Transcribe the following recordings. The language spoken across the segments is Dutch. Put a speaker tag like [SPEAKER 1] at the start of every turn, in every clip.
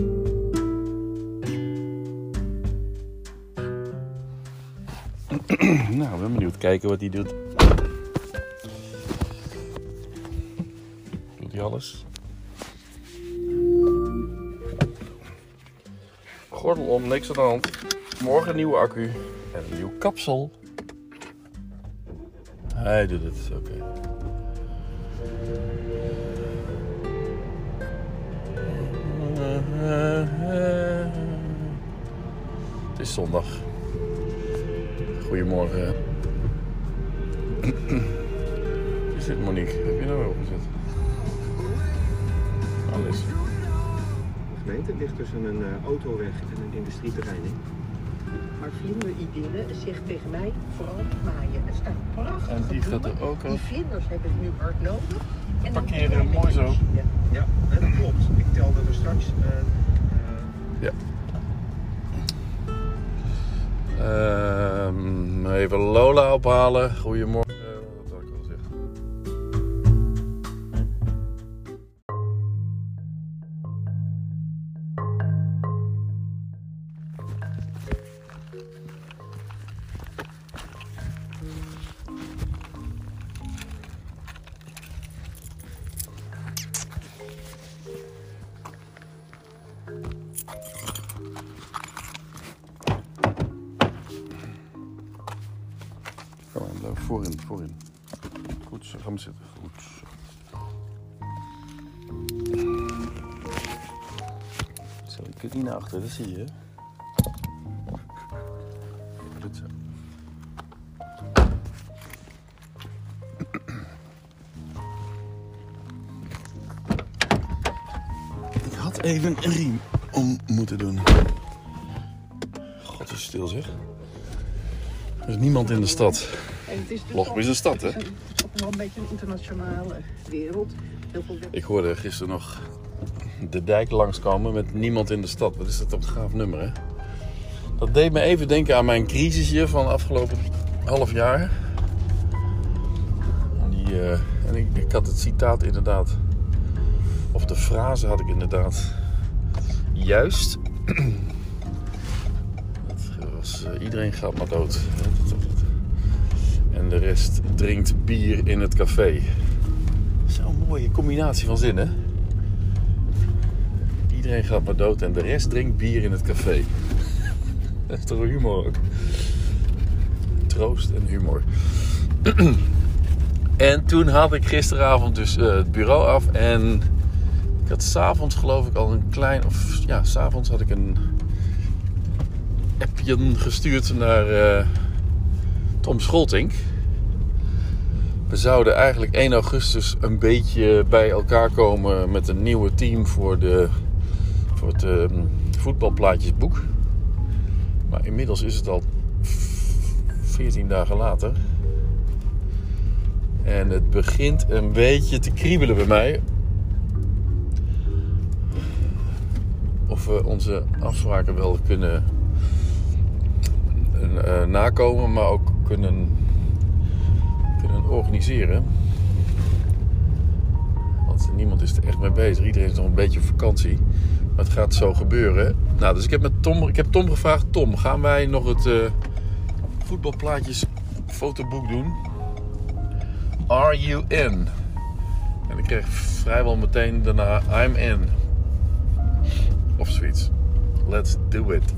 [SPEAKER 1] nou, ik ben benieuwd. Kijken wat hij doet. Doet hij alles? Gordel om, niks aan de hand. Morgen een nieuwe accu en een nieuw kapsel. Hij doet het, oké. Eh, Het is zondag. Goedemorgen. Wat is dit Monique? Heb je nou weer opgezet? Alles.
[SPEAKER 2] gemeente ligt tussen een eh, autoweg en een industrieterrein in.
[SPEAKER 3] Maar vlinderidylle zegt tegen mij vooral maaien. Het staat prachtig.
[SPEAKER 1] En die staat er ook
[SPEAKER 3] Die
[SPEAKER 1] op.
[SPEAKER 3] vlinders hebben het nu hard nodig. En dan
[SPEAKER 1] Parkeren,
[SPEAKER 3] kunnen wij
[SPEAKER 1] mooi
[SPEAKER 3] met de
[SPEAKER 1] zo.
[SPEAKER 3] machine.
[SPEAKER 2] Ja, hè, dat klopt. Ik telde er straks. eh, eh,
[SPEAKER 1] Ja. Ehm, even Lola ophalen. Goedemorgen. Eh, Wat had ik al gezegd? Kom maar, blijf voorin, voorin. Goed zo, ga maar zitten. Goed zo. Zo, je kunt niet naar achter, dat zie je. hè? Goed zo. Ik had even een riem om moeten doen. God, is stil zeg. Er is niemand in de stad.
[SPEAKER 3] En het is dus
[SPEAKER 1] Lochem is een stad, hè?
[SPEAKER 3] Het is ook wel een beetje een internationale wereld. Heel veel
[SPEAKER 1] Eh, Ik hoorde gisteren nog de dijk langskomen met niemand in de stad. Wat is dat toch een gaaf nummer, hè? Dat deed me even denken aan mijn crisisje van afgelopen half jaar. En Die, eh, en ik, ik had het citaat inderdaad, of de frase had ik inderdaad, juist. Dat was, eh, iedereen gaat maar dood. En de rest drinkt bier in het café. Zo'n mooie combinatie van zinnen. Iedereen gaat maar dood en de rest drinkt bier in het café. Dat is toch wel humor ook? Troost en humor. en toen had ik gisteravond dus eh, het bureau af en ik had s'avonds geloof ik al een klein... Of ja, s'avonds had ik een appje gestuurd naar eh, Tom Scholtink. We zouden eigenlijk 1 augustus een beetje bij elkaar komen met een nieuwe team voor, de, voor het ehm, voetbalplaatjesboek. Maar inmiddels is het al 14 dagen later. En het begint een beetje te kriebelen bij mij. Of we onze afspraken wel kunnen eh, nakomen, maar ook kunnen kunnen organiseren. Want niemand is er echt mee bezig. Iedereen is nog een beetje op vakantie. Maar het gaat zo gebeuren. Nou, dus ik heb, met Tom, ik heb Tom gevraagd: Tom, gaan wij nog het eh, voetbalplaatjes fotoboek doen? Are you in? En ik kreeg vrijwel meteen daarna: I'm in. Of zoiets. Let's do it.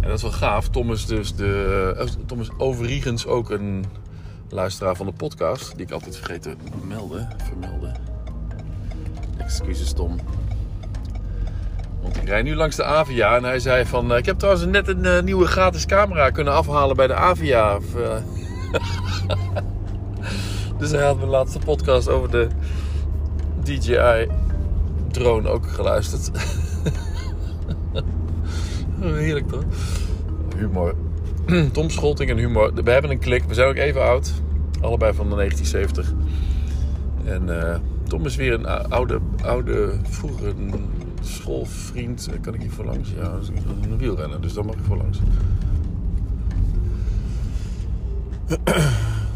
[SPEAKER 1] En dat is wel gaaf. Tom is dus de. eh, Tom is overigens ook een luisteraar van de podcast, die ik altijd vergeet te melden, vermelden. Excuses Tom. Want ik rijd nu langs de Avia en hij zei van... eh, Ik heb trouwens net een eh, nieuwe gratis camera kunnen afhalen bij de Avia. Of, eh, dus hij had mijn laatste podcast over de DJI drone ook geluisterd. Heerlijk toch? Humor. Tom Scholting en humor. We hebben een klik. We zijn ook even oud. Allebei van de 1970. En eh, Tom is weer een ou- oude, oude vroeger een schoolvriend. Eh, Kan ik hier voor langs? Ja, dat is een wielrenner, dus daar mag ik voor langs.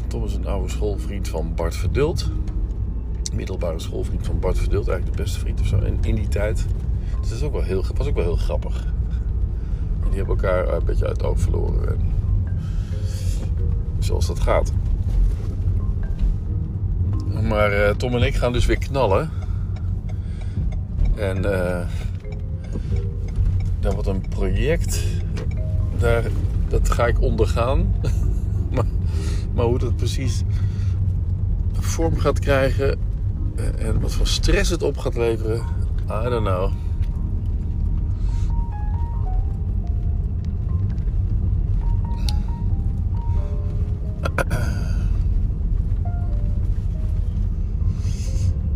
[SPEAKER 1] Tom is een oude schoolvriend van Bart Verdult. Middelbare schoolvriend van Bart Verdult. Eigenlijk de beste vriend of zo. En in die tijd. Dus dat is ook wel heel, was ook wel heel grappig. En die hebben elkaar eh, een beetje uit het oog verloren. En zoals dat gaat. Maar eh, Tom en ik gaan dus weer knallen. En eh daar wordt een project. Daar, dat ga ik ondergaan. maar, maar hoe dat precies vorm gaat krijgen eh, en wat voor stress het op gaat leveren, I don't know.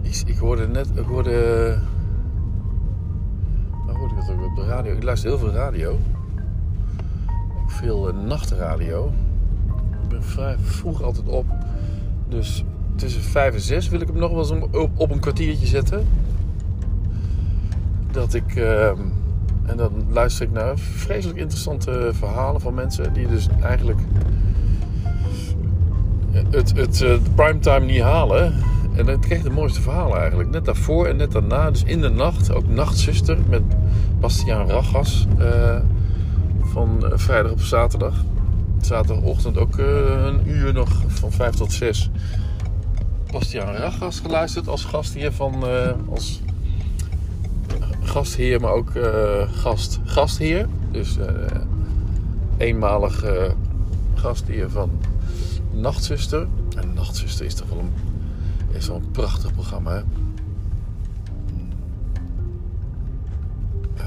[SPEAKER 1] Ik, ik hoorde net, ik hoorde. Waar hoorde ik dat ook op de radio? Ik luister heel veel radio. Ook veel eh, nachtradio. Ik ben vrij vroeg altijd op. Dus tussen 5 en 6 wil ik hem nog wel eens om- op, op een kwartiertje zetten. Dat ik. ehm, en dan luister ik naar vreselijk interessante eh, verhalen van mensen die dus eigenlijk het, het eh, de primetime niet halen. En dat kreeg de mooiste verhalen eigenlijk. Net daarvoor en net daarna. Dus in de nacht, ook Nachtzuster met Bastiaan Ragas. eh, van eh, vrijdag op zaterdag. Zaterdagochtend ook eh, een uur nog van vijf tot zes. Bastiaan Ragas geluisterd als gastheer van... eh, als gastheer, maar ook eh, gast, gastheer. Dus eh, eenmalig eh, gastheer van Nachtzuster. En Nachtzuster is toch wel een, is wel een prachtig programma. Hè? Eh,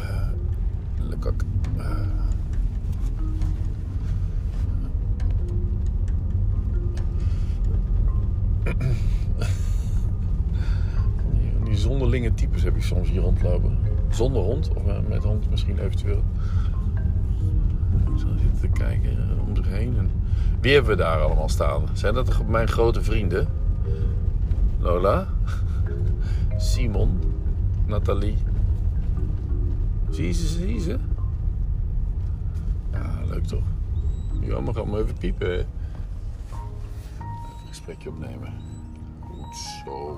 [SPEAKER 1] Lekkak. Eh. Die- Die zonderlinge types heb je soms hier rondlopen. Zonder hond, of eh, met hond misschien eventueel. Zo zitten te kijken eh, om zich heen. En wie hebben we daar allemaal staan? Zijn dat de- mijn grote vrienden? Lola, Simon, Nathalie. Zie je ze, zie je ze? Ja, leuk toch? Jammer, ga maar even piepen. hè. Even een gesprekje opnemen. Goed zo.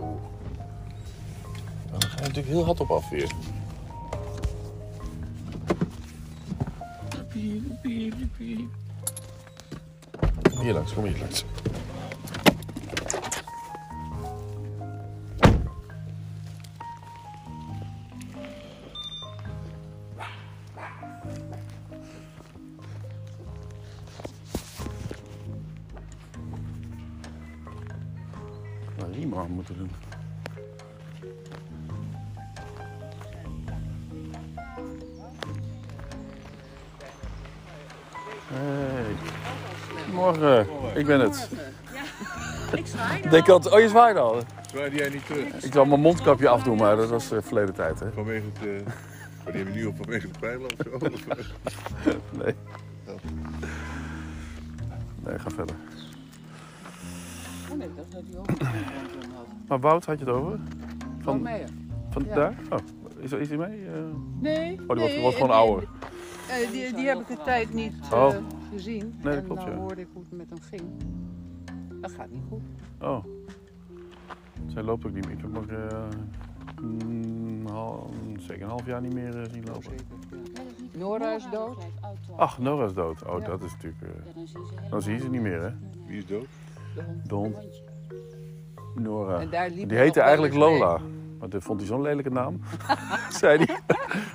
[SPEAKER 1] Dan ga je natuurlijk heel hard op af weer. Piep, piep, piep. Kom hier langs, kom hier langs. Nou, riem aan moeten doen. Hey. Morgen, ik ben het.
[SPEAKER 4] Ik zwaai
[SPEAKER 1] Ik denk altijd, oh je zwaaide al.
[SPEAKER 5] Zwaaide jij niet terug?
[SPEAKER 1] Ik zal mijn mondkapje afdoen, maar dat was eh, verleden tijd, hè?
[SPEAKER 5] Vanwege het. eh, Wat hebben we nu op vanwege het pijl of zo?
[SPEAKER 1] Nee. Nee, ga verder.
[SPEAKER 4] Oh, nee, dat had hij ook niet had.
[SPEAKER 1] Maar Wout had je het over?
[SPEAKER 4] Van
[SPEAKER 1] Van,
[SPEAKER 4] Meijer.
[SPEAKER 1] van
[SPEAKER 4] ja.
[SPEAKER 1] daar? Oh, is, is hij mee? Eh,
[SPEAKER 4] Nee.
[SPEAKER 1] Oh, die
[SPEAKER 4] nee,
[SPEAKER 1] was, was gewoon
[SPEAKER 4] nee,
[SPEAKER 1] ouder.
[SPEAKER 4] eh, die, die heb ik de tijd niet eh,
[SPEAKER 1] Oh.
[SPEAKER 4] gezien.
[SPEAKER 1] dat
[SPEAKER 4] en
[SPEAKER 1] klopt,
[SPEAKER 4] dan
[SPEAKER 1] ja.
[SPEAKER 4] hoorde ik hoe het met hem ging. Dat gaat niet goed.
[SPEAKER 1] Oh. Zij loopt ook niet meer. Ik heb nog eh, een hal- zeker een half jaar niet meer
[SPEAKER 4] Oh,
[SPEAKER 1] eh, zien lopen.
[SPEAKER 4] Nora is dood.
[SPEAKER 1] Ach, Nora is dood. Oh,
[SPEAKER 4] Ja.
[SPEAKER 1] dat is natuurlijk... eh,
[SPEAKER 6] dan zie je ze helemaal
[SPEAKER 1] dan zie je ze niet meer, hè?
[SPEAKER 5] Wie is dood?
[SPEAKER 1] De hond. Nora.
[SPEAKER 4] En daar liep
[SPEAKER 1] Die
[SPEAKER 4] hij
[SPEAKER 1] heette
[SPEAKER 4] nog wel
[SPEAKER 1] eigenlijk
[SPEAKER 4] eens mee.
[SPEAKER 1] Lola. Maar dat vond hij zo'n lelijke naam. Zei hij.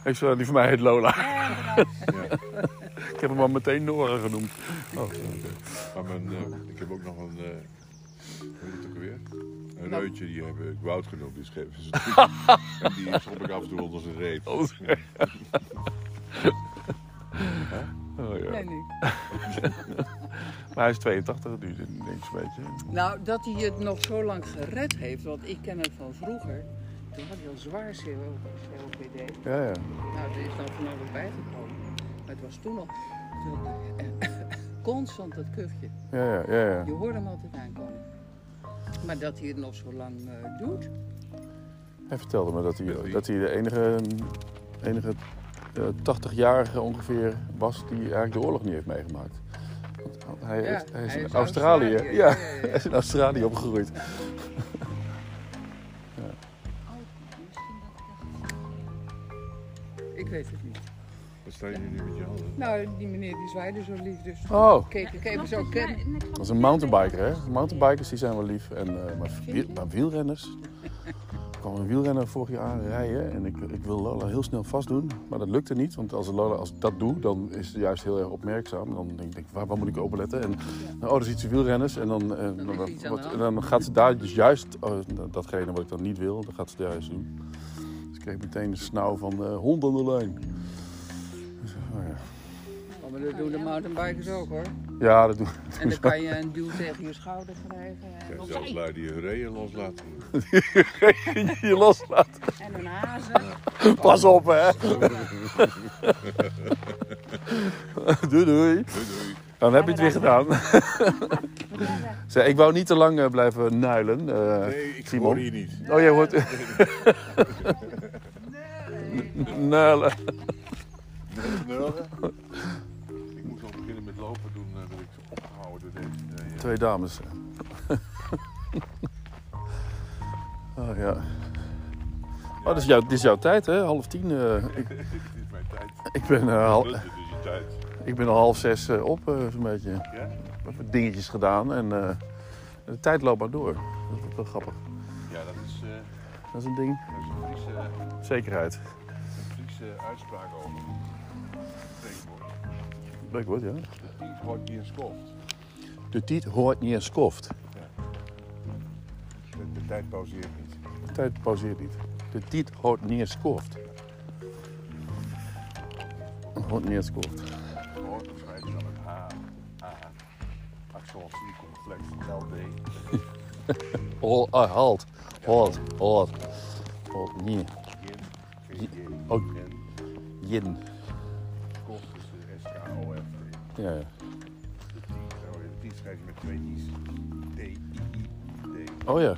[SPEAKER 1] Ik zei, die van mij heet Lola. Ik heb hem al meteen Nora genoemd. Oh,
[SPEAKER 5] Maar mijn, eh, ik heb ook nog een. eh hoe heet het ook alweer? Een reutje, die heb ik Wout genoemd. Die schreef ze. en die schop ik af en toe onder zijn reet.
[SPEAKER 1] Oh.
[SPEAKER 5] Ja.
[SPEAKER 1] oh, ja.
[SPEAKER 4] Nee, nee.
[SPEAKER 1] Maar hij is 82 nu, niks een beetje.
[SPEAKER 4] Nou, dat hij het nog zo lang gered heeft, want ik ken hem van vroeger. Toen had hij al zwaar CO- COPD.
[SPEAKER 1] Ja, ja.
[SPEAKER 4] Nou, er is dan van alles bijgekomen. Maar het was toen al toen, eh, constant dat kuchje.
[SPEAKER 1] Ja, ja, ja. ja.
[SPEAKER 4] Je hoorde hem altijd aankomen. Maar dat hij het nog zo lang eh, doet.
[SPEAKER 1] Hij vertelde me dat
[SPEAKER 5] Met
[SPEAKER 1] hij,
[SPEAKER 5] wie?
[SPEAKER 1] dat hij de enige, enige eh, 80-jarige ongeveer was die eigenlijk de oorlog niet heeft meegemaakt. Want hij,
[SPEAKER 4] Ja,
[SPEAKER 1] heeft- hij is
[SPEAKER 4] hij
[SPEAKER 1] in
[SPEAKER 4] is
[SPEAKER 1] Australië.
[SPEAKER 4] Australië.
[SPEAKER 1] Ja,
[SPEAKER 4] Ja, ja, ja.
[SPEAKER 1] hij is in Australië opgegroeid.
[SPEAKER 6] oud. Misschien dat ik dat-
[SPEAKER 4] Ik weet het niet.
[SPEAKER 5] Wat staan jullie nu met je handen?
[SPEAKER 4] Nou, die meneer die zwaaide zo lief, dus
[SPEAKER 1] Oh,
[SPEAKER 4] keek ik even zo ken.
[SPEAKER 1] dat is een mountainbiker, hè? Mountainbikers die zijn wel lief. En, eh, maar, wiel- maar wielrenners. Er kwam een wielrenner vorig jaar aanrijden en ik, ik wil Lola heel snel vastdoen. Maar dat lukte niet, want als, Lola, als ik dat doe, dan is ze juist heel erg opmerkzaam. Dan denk ik, waar, waar moet ik op letten? En nou, oh, er iets wielrenners. En dan, eh,
[SPEAKER 4] is er iets aan de
[SPEAKER 1] wat-
[SPEAKER 4] hand.
[SPEAKER 1] en dan gaat ze daar dus juist, oh, datgene wat ik dan niet wil, dat gaat ze daar juist doen. Dus ik kreeg meteen de snauw van eh hond aan de lijn. Dus, oh ja.
[SPEAKER 4] Oh, maar dat doen de mountainbikers ook hoor.
[SPEAKER 1] ja, dat doe
[SPEAKER 4] En dan kan je een duw tegen je schouder krijgen.
[SPEAKER 5] Ja,
[SPEAKER 4] En,
[SPEAKER 5] zelfs lui die hun reeën loslaten.
[SPEAKER 1] ik je loslaten.
[SPEAKER 4] en een hazen.
[SPEAKER 1] Pas op, hè. doei, doei.
[SPEAKER 5] Doei, doei.
[SPEAKER 1] Dan heb je het weer gedaan. Zeg, ik wou niet te lang eh, blijven nuilen, eh,
[SPEAKER 5] Nee, ik
[SPEAKER 1] Simon.
[SPEAKER 5] hoor hier niet.
[SPEAKER 1] Oh, jij hoort... Nuilen.
[SPEAKER 5] Ik moest al beginnen met lopen toen eh, ben ik opgehouden door deze. eh, ja.
[SPEAKER 1] Twee dames. Oh, ja. Oh, dit is, jouw, dit is jouw tijd, hè? Half tien. eh. ik,
[SPEAKER 5] Dit is mijn tijd.
[SPEAKER 1] ik, ben, eh, hal-
[SPEAKER 5] Dit is dus je tijd.
[SPEAKER 1] ik ben al half zes eh, op, eh, zo'n beetje.
[SPEAKER 5] Ja?
[SPEAKER 1] wat dingetjes gedaan en eh, de tijd loopt maar door. Dat is wel grappig.
[SPEAKER 5] Ja, dat is, eh,
[SPEAKER 1] Dat is een ding.
[SPEAKER 5] dat is een Friese,
[SPEAKER 1] Zekerheid.
[SPEAKER 5] een Friese uitspraak over. Spreekwoord.
[SPEAKER 1] Leuk woord, ja.
[SPEAKER 5] De tiet wordt niet geschoft.
[SPEAKER 1] De tijd hoort niet en skoft.
[SPEAKER 5] De, de tijd pauzeert niet.
[SPEAKER 1] De tijd pauzeert niet. De tijd hoort niet en skoft. Hoort niet en skoft.
[SPEAKER 5] Hoort of schrijf je dan met H, A, axon, C, complex, LD.
[SPEAKER 1] Hol- ah, Halt. Halt. Halt. Hoort niet.
[SPEAKER 5] Yin, geen yin.
[SPEAKER 1] Oh.
[SPEAKER 5] En
[SPEAKER 1] Jin.
[SPEAKER 5] kost is de S-K-O-F.
[SPEAKER 1] Ja, ja.
[SPEAKER 5] De tiet, oh, de tiet schrijf je met twee i's. D, I, I, D.
[SPEAKER 1] Oh ja.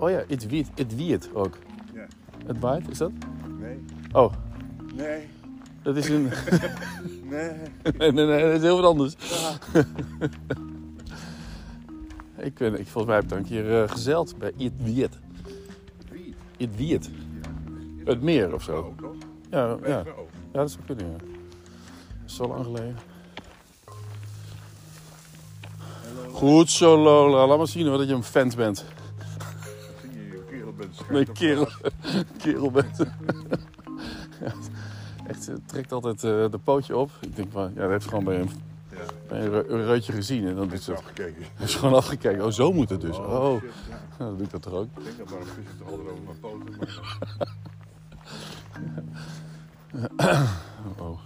[SPEAKER 1] Oh ja, het wiet. Het wiet ook.
[SPEAKER 5] Ja.
[SPEAKER 1] Het waait, is dat?
[SPEAKER 5] Nee,
[SPEAKER 1] Oh,
[SPEAKER 5] nee,
[SPEAKER 1] dat is een...
[SPEAKER 5] nee.
[SPEAKER 1] Nee, nee, nee, dat is heel wat anders. ik, ben, ik volgens mij heb ik dan een keer eh, gezeild bij It Wiet.
[SPEAKER 5] Wie?
[SPEAKER 1] It Wiet.
[SPEAKER 5] Is
[SPEAKER 1] Het meer of zo.
[SPEAKER 5] Oh, toch?
[SPEAKER 1] Ja, ja. ja
[SPEAKER 5] Oh.
[SPEAKER 1] dat zou kunnen, ja. Dat is zo lang geleden. Goed zo, Lola. Laat maar zien hoor, dat je een fan bent.
[SPEAKER 5] Zie je, je kerel bent scherp.
[SPEAKER 1] Nee,
[SPEAKER 5] op
[SPEAKER 1] kerel.
[SPEAKER 5] gras.
[SPEAKER 1] kerel bent. Ja, Echt, ze trekt altijd eh, de pootje op. Ik denk van, ja, dat heeft ze gewoon bij een,
[SPEAKER 5] Ja,
[SPEAKER 1] bij een re- een reutje gezien. En dan
[SPEAKER 5] ik
[SPEAKER 1] doet ze
[SPEAKER 5] heb
[SPEAKER 1] dat.
[SPEAKER 5] afgekeken.
[SPEAKER 1] Is gewoon afgekeken. Oh, zo moet het dus. Oh,
[SPEAKER 5] shit, ja.
[SPEAKER 1] Nou, dan doe ik dat toch ook.
[SPEAKER 5] Ik denk dat maar een vis het al over mijn poten. Maar...
[SPEAKER 1] Oh.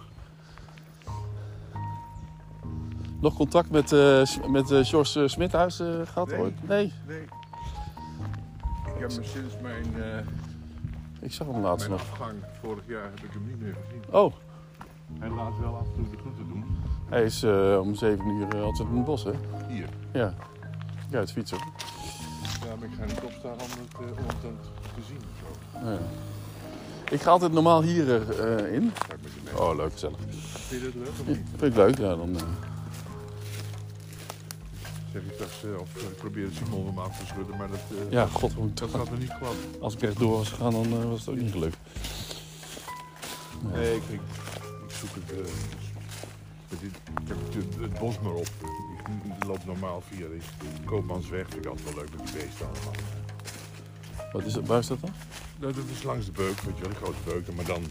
[SPEAKER 1] Nog contact met, eh, S- met eh George eh, Smithuis eh, gehad
[SPEAKER 5] Nee.
[SPEAKER 1] ooit? Nee.
[SPEAKER 5] Nee. Ik heb hem sinds mijn, eh
[SPEAKER 1] Ik zag hem laatst
[SPEAKER 5] mijn
[SPEAKER 1] nog.
[SPEAKER 5] afgang vorig jaar heb ik hem niet meer gezien.
[SPEAKER 1] Oh,
[SPEAKER 5] Hij laat wel af en toe de groeten doen.
[SPEAKER 1] hij is eh, om 7 uur eh, altijd in het bos, hè?
[SPEAKER 5] Hier.
[SPEAKER 1] Ja. Ja, het fietsen.
[SPEAKER 5] Ja, maar ik ga niet opstaan om het, eh, om het dan te zien. of Zo.
[SPEAKER 1] Ja. Ik ga altijd normaal hier eh, in.
[SPEAKER 5] Ga ik met je mee.
[SPEAKER 1] Oh, leuk, gezellig.
[SPEAKER 5] Vind je dat leuk of
[SPEAKER 1] Ja,
[SPEAKER 5] niet?
[SPEAKER 1] vind ik leuk. Ja, dan, eh,
[SPEAKER 5] Zeg ik straks, eh, of ik probeer Simon hem af te schudden, maar dat, eh,
[SPEAKER 1] ja god, hoe ik
[SPEAKER 5] dat
[SPEAKER 1] toch-
[SPEAKER 5] gaat er niet klap.
[SPEAKER 1] als ik echt door was gegaan, dan eh, was het ook niet gelukt.
[SPEAKER 5] Nee, ik, ik, ik zoek het. eh, met dit- ik heb het, het bos maar op. Ik loop normaal via de Koopmansweg. Vind ik altijd wel leuk met die beesten allemaal.
[SPEAKER 1] Wat is dat, waar is dat dan?
[SPEAKER 5] Nou, dat is langs de beuk, weet je wel, de grote beuken, maar dan.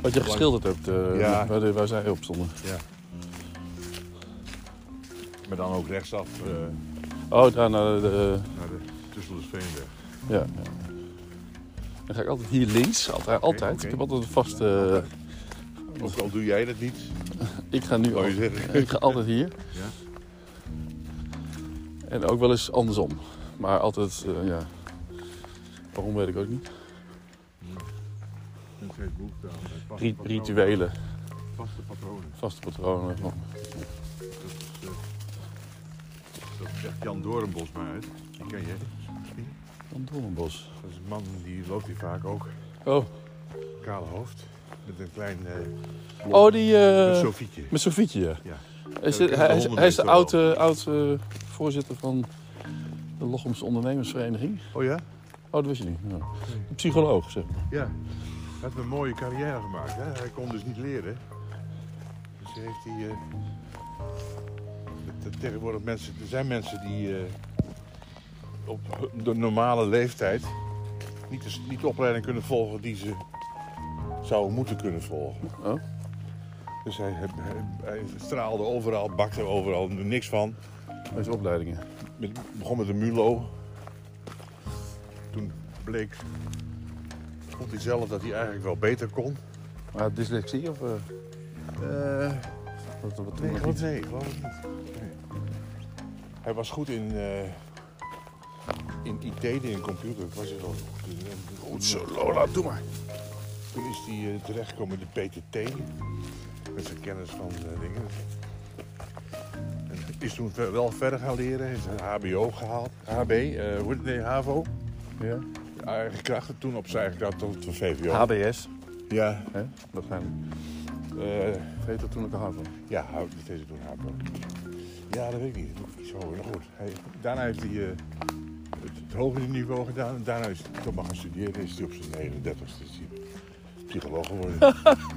[SPEAKER 1] Wat je geschilderd hebt, eh,
[SPEAKER 5] Ja.
[SPEAKER 1] waar, de- waar zij op stonden.
[SPEAKER 5] Ja. Maar dan ook rechtsaf eh,
[SPEAKER 1] Oh, daar naar de...
[SPEAKER 5] naar de Tusselsveenweg.
[SPEAKER 1] Ja, ja. Dan ga ik altijd hier links. Altijd. altijd.
[SPEAKER 5] oké.
[SPEAKER 1] Ik heb altijd een vaste... eh,
[SPEAKER 5] Ook al doe jij dat niet,
[SPEAKER 1] ik ga nu
[SPEAKER 5] zou Oh, je
[SPEAKER 1] altijd,
[SPEAKER 5] zeggen.
[SPEAKER 1] Ik ga altijd hier.
[SPEAKER 5] Ja.
[SPEAKER 1] En ook wel eens andersom. Maar altijd, eh, ja... Waarom weet ik ook niet.
[SPEAKER 5] Het heeft behoefte aan eh, vaste
[SPEAKER 1] Ri-
[SPEAKER 5] patronen.
[SPEAKER 1] rituelen,
[SPEAKER 5] Vaste patronen.
[SPEAKER 1] vaste patronen.
[SPEAKER 5] Dat is, eh, dat zegt Jan Doornbos maar uit. Die ken je. misschien.
[SPEAKER 1] Van Doornbos.
[SPEAKER 5] Dat is een man die loopt hier vaak ook.
[SPEAKER 1] Oh,
[SPEAKER 5] Kale hoofd. Met een klein eh
[SPEAKER 1] oh die... eh,
[SPEAKER 5] een sofietje.
[SPEAKER 1] met zo'n fietje, ja.
[SPEAKER 5] Ja.
[SPEAKER 1] Hij is,
[SPEAKER 5] Ja, dat
[SPEAKER 1] hij,
[SPEAKER 5] kennen
[SPEAKER 1] is-
[SPEAKER 5] de
[SPEAKER 1] hij is de
[SPEAKER 5] honden
[SPEAKER 1] oud,
[SPEAKER 5] meestal
[SPEAKER 1] eh, oud eh, voorzitter van de Lochemse Ondernemersvereniging.
[SPEAKER 5] Oh ja?
[SPEAKER 1] Oh, dat wist je niet. Ja. Een psycholoog, zeg maar.
[SPEAKER 5] Ja. heeft een mooie carrière gemaakt. Hè? Hij kon dus niet leren. Dus heeft hij. eh, dat- dat tegenwoordig mensen, er zijn mensen die eh, op de normale leeftijd niet de, niet de opleiding kunnen volgen die ze zouden moeten kunnen volgen.
[SPEAKER 1] Oh.
[SPEAKER 5] Dus hij, hij, hij straalde overal, bakte overal niks van.
[SPEAKER 1] Met zijn opleidingen.
[SPEAKER 5] Met- begon met een Mulo. Toen bleek, vond hij zelf dat hij eigenlijk wel beter kon.
[SPEAKER 1] Maar dyslexie of... eh, wat, wat, wat- wat-
[SPEAKER 5] nee, geloof ik niet. Hij was goed in, eh, in IT, in computer. Ik Was hij wel.
[SPEAKER 1] Goed zo, Lola, doe maar.
[SPEAKER 5] Toen is hij eh, terechtgekomen in de PTT. Met zijn kennis van eh, dingen. En is toen ver- wel verder gaan leren. Heeft een HBO gehaald. HB, eh, hoe heet het? Nee, HAVO.
[SPEAKER 1] Ja.
[SPEAKER 5] Eigen krachten. Toen opzij gekracht tot de VVO.
[SPEAKER 1] HBS,
[SPEAKER 5] Ja.
[SPEAKER 1] hè? waarschijnlijk.
[SPEAKER 5] eh,
[SPEAKER 1] Vergeet dat toen ik al van.
[SPEAKER 5] Ja, hou- dat heeft hij toen Hapo. Ja, dat weet ik niet. Dat is zo, maar goed. Hij, daarna heeft hij eh, het, het hogere niveau gedaan. En daarna is hij toch maar gaan studeren. Is hij op zijn 39ste is hij psycholoog geworden.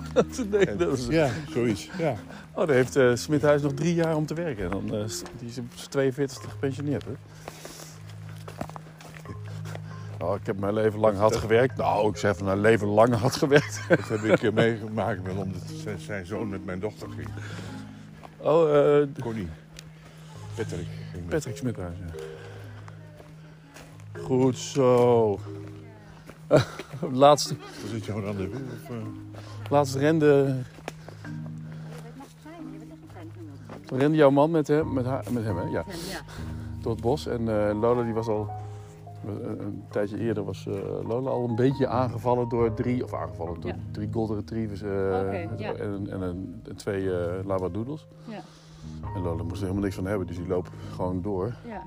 [SPEAKER 1] Nee,
[SPEAKER 5] En-
[SPEAKER 1] dat is...
[SPEAKER 5] ja, zoiets. Ja.
[SPEAKER 1] Oh, daar heeft eh Smithuis nog drie jaar om te werken. En dan, eh, die is op zijn 42 gepensioneerd, hè? Nou, ik heb mijn leven lang hard gewerkt. Nou, ik zeg van mijn leven lang hard gewerkt.
[SPEAKER 5] Dat heb ik eh, meegemaakt met omdat zijn, zijn zoon met mijn dochter ging.
[SPEAKER 1] Oh, eh,
[SPEAKER 5] Connie. Patrick ging met.
[SPEAKER 1] Patrick Smithuis, ja. Goed zo. Laatste,
[SPEAKER 5] Was dit jouw rendezvous? Of, eh?
[SPEAKER 1] laatste rende,
[SPEAKER 6] Dat mag zijn, je bent echt een klein nummer.
[SPEAKER 1] rende jouw man met hem, met haar, met hem hè? Ja,
[SPEAKER 6] Ja,
[SPEAKER 1] door het bos. En eh, Lola die was al, een, een tijdje eerder was eh, Lola al een beetje aangevallen door drie, of aangevallen door
[SPEAKER 6] Ja.
[SPEAKER 1] drie golden retrievers eh,
[SPEAKER 6] Oké, ja.
[SPEAKER 1] en, en, een- en twee eh, labradoodles.
[SPEAKER 6] ja,
[SPEAKER 1] En Lola moest er helemaal niks van hebben, dus die loopt gewoon door.
[SPEAKER 6] ja.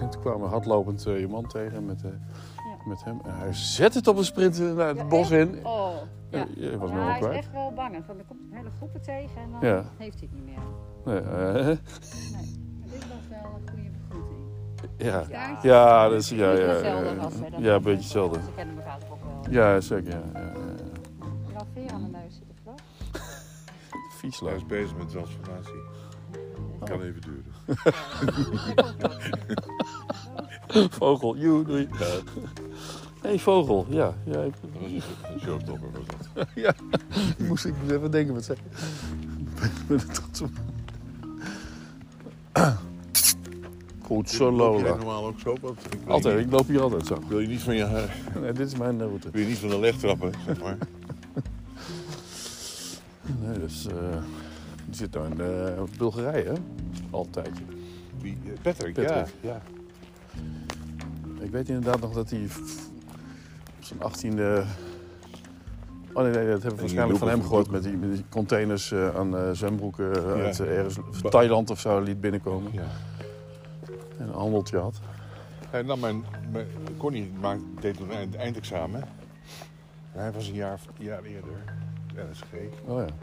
[SPEAKER 1] En toen kwamen we hardlopend eh, je man tegen met, eh,
[SPEAKER 6] Ja.
[SPEAKER 1] met hem. En hij zette het op een sprint eh, naar het
[SPEAKER 6] Ja,
[SPEAKER 1] bos in.
[SPEAKER 6] Oh, ja.
[SPEAKER 1] Ja, je was me
[SPEAKER 6] Ja,
[SPEAKER 1] helemaal
[SPEAKER 6] hij is
[SPEAKER 1] kwijt.
[SPEAKER 6] echt wel bang. hè, Van, er komt een hele groepen tegen en dan
[SPEAKER 1] Ja.
[SPEAKER 6] heeft hij het niet meer.
[SPEAKER 1] Nee, eh,
[SPEAKER 6] Maar dit was wel een goede begroeting.
[SPEAKER 1] ja.
[SPEAKER 6] Ja,
[SPEAKER 1] Ja, dat is... Ja,
[SPEAKER 6] Niet
[SPEAKER 1] ja,
[SPEAKER 6] hetzelfde
[SPEAKER 1] ja.
[SPEAKER 6] als, hè, dat-
[SPEAKER 1] ja, een beetje hetzelfde.
[SPEAKER 6] Ze kennen elkaar toch ook wel.
[SPEAKER 1] Ja, zeker. Ja, ja, ja.
[SPEAKER 6] Er had veer aan de neus zitten, vlog.
[SPEAKER 1] Vies
[SPEAKER 5] Hij
[SPEAKER 1] leuk.
[SPEAKER 5] is bezig met transformatie. Het
[SPEAKER 1] Oh.
[SPEAKER 5] kan even duren.
[SPEAKER 1] Vogel, joe, doei. Hé, hey, vogel, ja. ja ik,
[SPEAKER 5] Dat was een- een showstopper was dat.
[SPEAKER 1] moest, ik moest even denken wat zij... Ik ben er trots op. Goed zo,
[SPEAKER 5] Loop jij
[SPEAKER 1] Lola.
[SPEAKER 5] normaal ook zo? Want ik wil je
[SPEAKER 1] Altijd,
[SPEAKER 5] niet-
[SPEAKER 1] ik loop hier altijd zo.
[SPEAKER 5] Ik wil je niet van je haar
[SPEAKER 1] Nee, dit is mijn route.
[SPEAKER 5] Wil je niet van de leg trappen, zeg maar.
[SPEAKER 1] Nee, dus, eh die zit nou in eh, Bulgarije, hè? Altijd.
[SPEAKER 5] Wie? Eh, Patrick,
[SPEAKER 1] Patrick.
[SPEAKER 5] ja. ja.
[SPEAKER 1] Ik weet inderdaad nog dat hij f- op zijn 18e. Oh nee, nee, dat hebben we waarschijnlijk van hem gehoord met die, met die containers eh, aan eh zwembroeken eh,
[SPEAKER 5] Ja.
[SPEAKER 1] uit eh, ergens Thailand of zo liet binnenkomen.
[SPEAKER 5] ja.
[SPEAKER 1] En een handeltje had.
[SPEAKER 5] Hij nam mijn, mijn, Connie maakte, deed toen eind, eindexamen. En hij was een jaar, een jaar eerder. RSG.
[SPEAKER 1] Oh ja.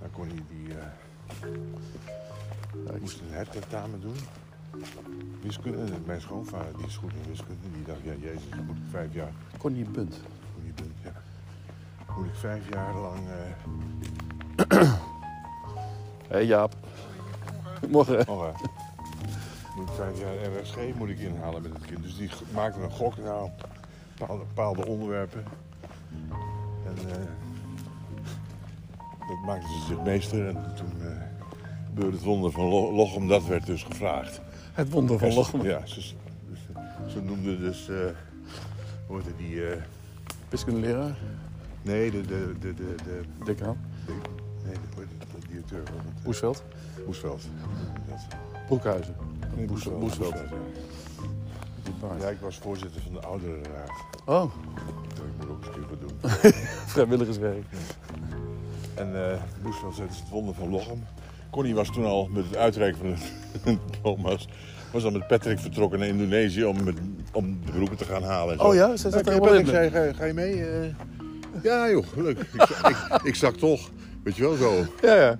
[SPEAKER 5] Maar Connie die, eh,
[SPEAKER 1] Ja, ik-
[SPEAKER 5] moest een hertentamen doen. Wiskunde. En Mijn schoonvader die is goed in wiskunde. Die dacht, ja jezus, dan moet ik vijf jaar
[SPEAKER 1] kon niet punt.
[SPEAKER 5] Moet ik, doen, ja. moet ik vijf jaar lang... eh,
[SPEAKER 1] Hé hey Jaap. Morgen.
[SPEAKER 5] Oh, eh, moet ik vijf jaar RSG moet ik inhalen met het kind. Dus die g- maakte een gok naar bepaalde, bepaalde onderwerpen. En eh, dat maakte ze zich meester. En toen eh, gebeurde het wonder van Lo- Lochem. Dat werd dus gevraagd.
[SPEAKER 1] Het wonder van
[SPEAKER 5] En ze-
[SPEAKER 1] Lochem.
[SPEAKER 5] Ja, ze, ze, ze noemde dus... eh hoe heette die... eh,
[SPEAKER 1] Wiskundeleraar,
[SPEAKER 5] nee, de... de, de, de, de,
[SPEAKER 1] Dekkaan,
[SPEAKER 5] de nee, de, hoe heet het, de directeur van het...
[SPEAKER 1] Boesveld,
[SPEAKER 5] eh, Boesveld. Dat-
[SPEAKER 1] Broekhuizen.
[SPEAKER 5] Nee,
[SPEAKER 1] Boesveld. Boesveld. Die baas.
[SPEAKER 5] Ja, ik was voorzitter van de ouderenraad.
[SPEAKER 1] Oh,
[SPEAKER 5] Ik dacht, ik moet ook eens een keer wat doen.
[SPEAKER 1] vrijwilligerswerk.
[SPEAKER 5] En eh Boesveld zei, het is het wonder van Lochem. Connie was toen al met het uitreiken van de diploma's... was dan met Patrick vertrokken naar Indonesië om, met, om de beroepen te gaan halen. en zo.
[SPEAKER 1] Oh ja, ze zat er
[SPEAKER 5] ik-
[SPEAKER 1] helemaal in.
[SPEAKER 5] Patrick zei, ga, ga je mee? eh?" ja joh, leuk. Ik, za- ik, ik zak toch. Weet je wel, zo.
[SPEAKER 1] Ja, ja.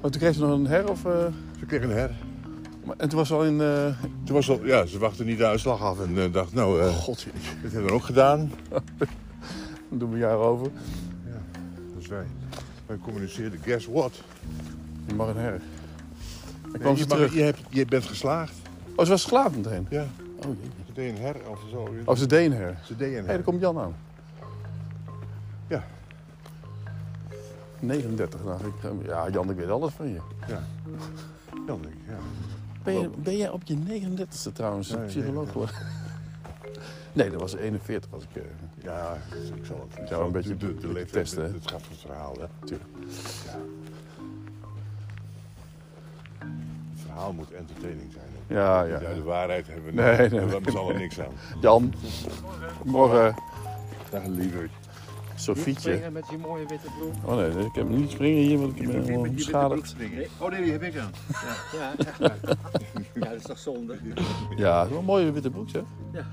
[SPEAKER 1] Maar toen kreeg ze nog een her of... eh,
[SPEAKER 5] Ze kreeg een her.
[SPEAKER 1] maar- En toen was ze al in... eh,
[SPEAKER 5] Toen was al, ja, ze wachtte niet de uitslag af en eh, dacht, nou, eh,
[SPEAKER 1] God,
[SPEAKER 5] dit hebben we ook gedaan.
[SPEAKER 1] Dan doen we jaren over.
[SPEAKER 5] Dus wij, wij communiceerden, guess what?
[SPEAKER 1] Je mag een herg. Ik
[SPEAKER 5] Nee,
[SPEAKER 1] kwam
[SPEAKER 5] je,
[SPEAKER 1] ze
[SPEAKER 5] mag-
[SPEAKER 1] terug.
[SPEAKER 5] je, hebt, je bent geslaagd.
[SPEAKER 1] Oh, ze was geslaagd meteen.
[SPEAKER 5] Ja,
[SPEAKER 1] Oh, jee.
[SPEAKER 5] ze deed een her of zo.
[SPEAKER 1] oh ze deed een herg.
[SPEAKER 5] Ze deed een
[SPEAKER 1] Hé,
[SPEAKER 5] her.
[SPEAKER 1] daar komt Jan aan.
[SPEAKER 5] Ja.
[SPEAKER 1] 39 dacht ik. Eh, Ja, Jan, ik weet alles van je.
[SPEAKER 5] Dan denk ik, ja.
[SPEAKER 1] Ben, je, ben jij op je 39ste trouwens,
[SPEAKER 5] Nee,
[SPEAKER 1] psycholoog geworden? Nee, dat was 41 was ik. eh,
[SPEAKER 5] Ja, ik zal het ik
[SPEAKER 1] Ja,
[SPEAKER 5] zal
[SPEAKER 1] een beetje-
[SPEAKER 5] natuurlijk de, de
[SPEAKER 1] beetje
[SPEAKER 5] leeftijd,
[SPEAKER 1] testen,
[SPEAKER 5] Het,
[SPEAKER 1] hè?
[SPEAKER 5] het gaat van het verhaal, hè?
[SPEAKER 1] Tuurlijk.
[SPEAKER 5] Ja. Het verhaal moet entertaining zijn. Hè?
[SPEAKER 1] Ja, ja.
[SPEAKER 5] Ja, de waarheid hebben we
[SPEAKER 1] Nee,
[SPEAKER 5] niet.
[SPEAKER 1] nee,
[SPEAKER 5] we
[SPEAKER 1] nee.
[SPEAKER 5] hebben ze allemaal niks aan.
[SPEAKER 1] Jan. Morgen.
[SPEAKER 5] Dag lieverd.
[SPEAKER 1] Sofietje.
[SPEAKER 7] met je mooie witte broek.
[SPEAKER 1] Oh nee, ik heb hem niet springen hier, want ik ben helemaal beschadigd.
[SPEAKER 7] Oh nee, die heb ik aan. Ja, ja, ja dat is toch zonde?
[SPEAKER 1] Ja, wel een mooie witte broek, hè?
[SPEAKER 7] Ja, ja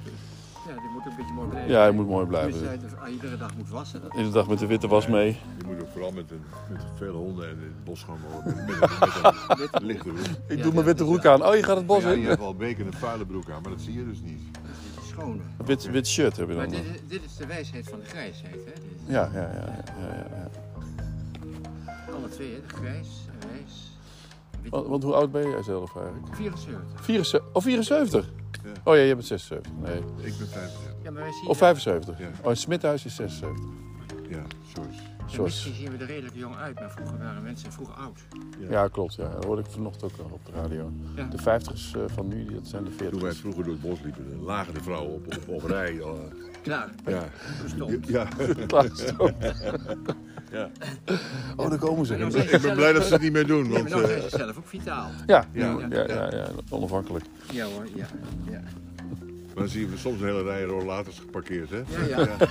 [SPEAKER 7] die moet een beetje mooi blijven.
[SPEAKER 1] Ja, hij moet mooi
[SPEAKER 7] Tenminste,
[SPEAKER 1] blijven.
[SPEAKER 7] hij het aan iedere dag moet wassen. Dat
[SPEAKER 1] Iedere dag met de witte was mee.
[SPEAKER 5] Je moet ook vooral met, een, met veel honden en in het bos gaan worden. Met, met, een- met een lichte broek.
[SPEAKER 1] Ik
[SPEAKER 7] Ja,
[SPEAKER 1] doe mijn
[SPEAKER 7] ja,
[SPEAKER 1] witte
[SPEAKER 7] ja.
[SPEAKER 1] broek aan. Oh, je gaat het bos
[SPEAKER 5] Ja, je
[SPEAKER 1] in.
[SPEAKER 5] hebt al beken een vuile broek aan, maar dat zie je dus niet.
[SPEAKER 7] is het schone.
[SPEAKER 1] Wit, wit shirt heb je
[SPEAKER 7] Maar
[SPEAKER 1] dan.
[SPEAKER 7] dit, is- dit is de wijsheid van de grijsheid. Hè? Dit
[SPEAKER 1] Ja, ja, ja. ja, ja, ja.
[SPEAKER 7] is alle twee, hè? De grijs en wijs. Wit.
[SPEAKER 1] Want, want hoe oud ben jij zelf eigenlijk?
[SPEAKER 7] 74.
[SPEAKER 1] 74. Oh, 74?
[SPEAKER 5] Ja.
[SPEAKER 1] Oh ja, jij bent 76. Nee.
[SPEAKER 5] Ik ben 35.
[SPEAKER 7] Ja, maar wij zien
[SPEAKER 1] Of 75.
[SPEAKER 5] Ja.
[SPEAKER 1] Oh, in Smithuis is 76.
[SPEAKER 5] Ja, sorry.
[SPEAKER 7] ja,
[SPEAKER 1] Zoals.
[SPEAKER 7] Misschien zien we er redelijk jong uit, maar vroeger waren mensen vroeg oud.
[SPEAKER 1] Ja, klopt. Ja. Dat hoorde ik vanochtend ook al op de radio.
[SPEAKER 7] Ja.
[SPEAKER 1] De 50's eh, van nu, dat zijn de
[SPEAKER 5] Toen wij
[SPEAKER 1] 40's.
[SPEAKER 5] vroeger door het bos liepen, dan lagen de vrouwen op, op, op rij. eh,
[SPEAKER 7] Klaar,
[SPEAKER 5] Ja.
[SPEAKER 7] gestopt.
[SPEAKER 5] Ja. Ja.
[SPEAKER 1] Oh, daar komen ze.
[SPEAKER 7] Ja, maar-
[SPEAKER 5] Ik ben blij dat ze het niet meer doen.
[SPEAKER 7] Ja,
[SPEAKER 5] Want,
[SPEAKER 7] maar nou
[SPEAKER 5] eh,
[SPEAKER 7] zijn ze zelf ook vitaal.
[SPEAKER 1] Ja,
[SPEAKER 5] Ja.
[SPEAKER 1] ja, ja, ja, ja, onafhankelijk.
[SPEAKER 7] Ja hoor, ja. Ja,
[SPEAKER 5] maar dan zien we soms een hele rij rollators geparkeerd, hè?
[SPEAKER 7] ja. ja. ja,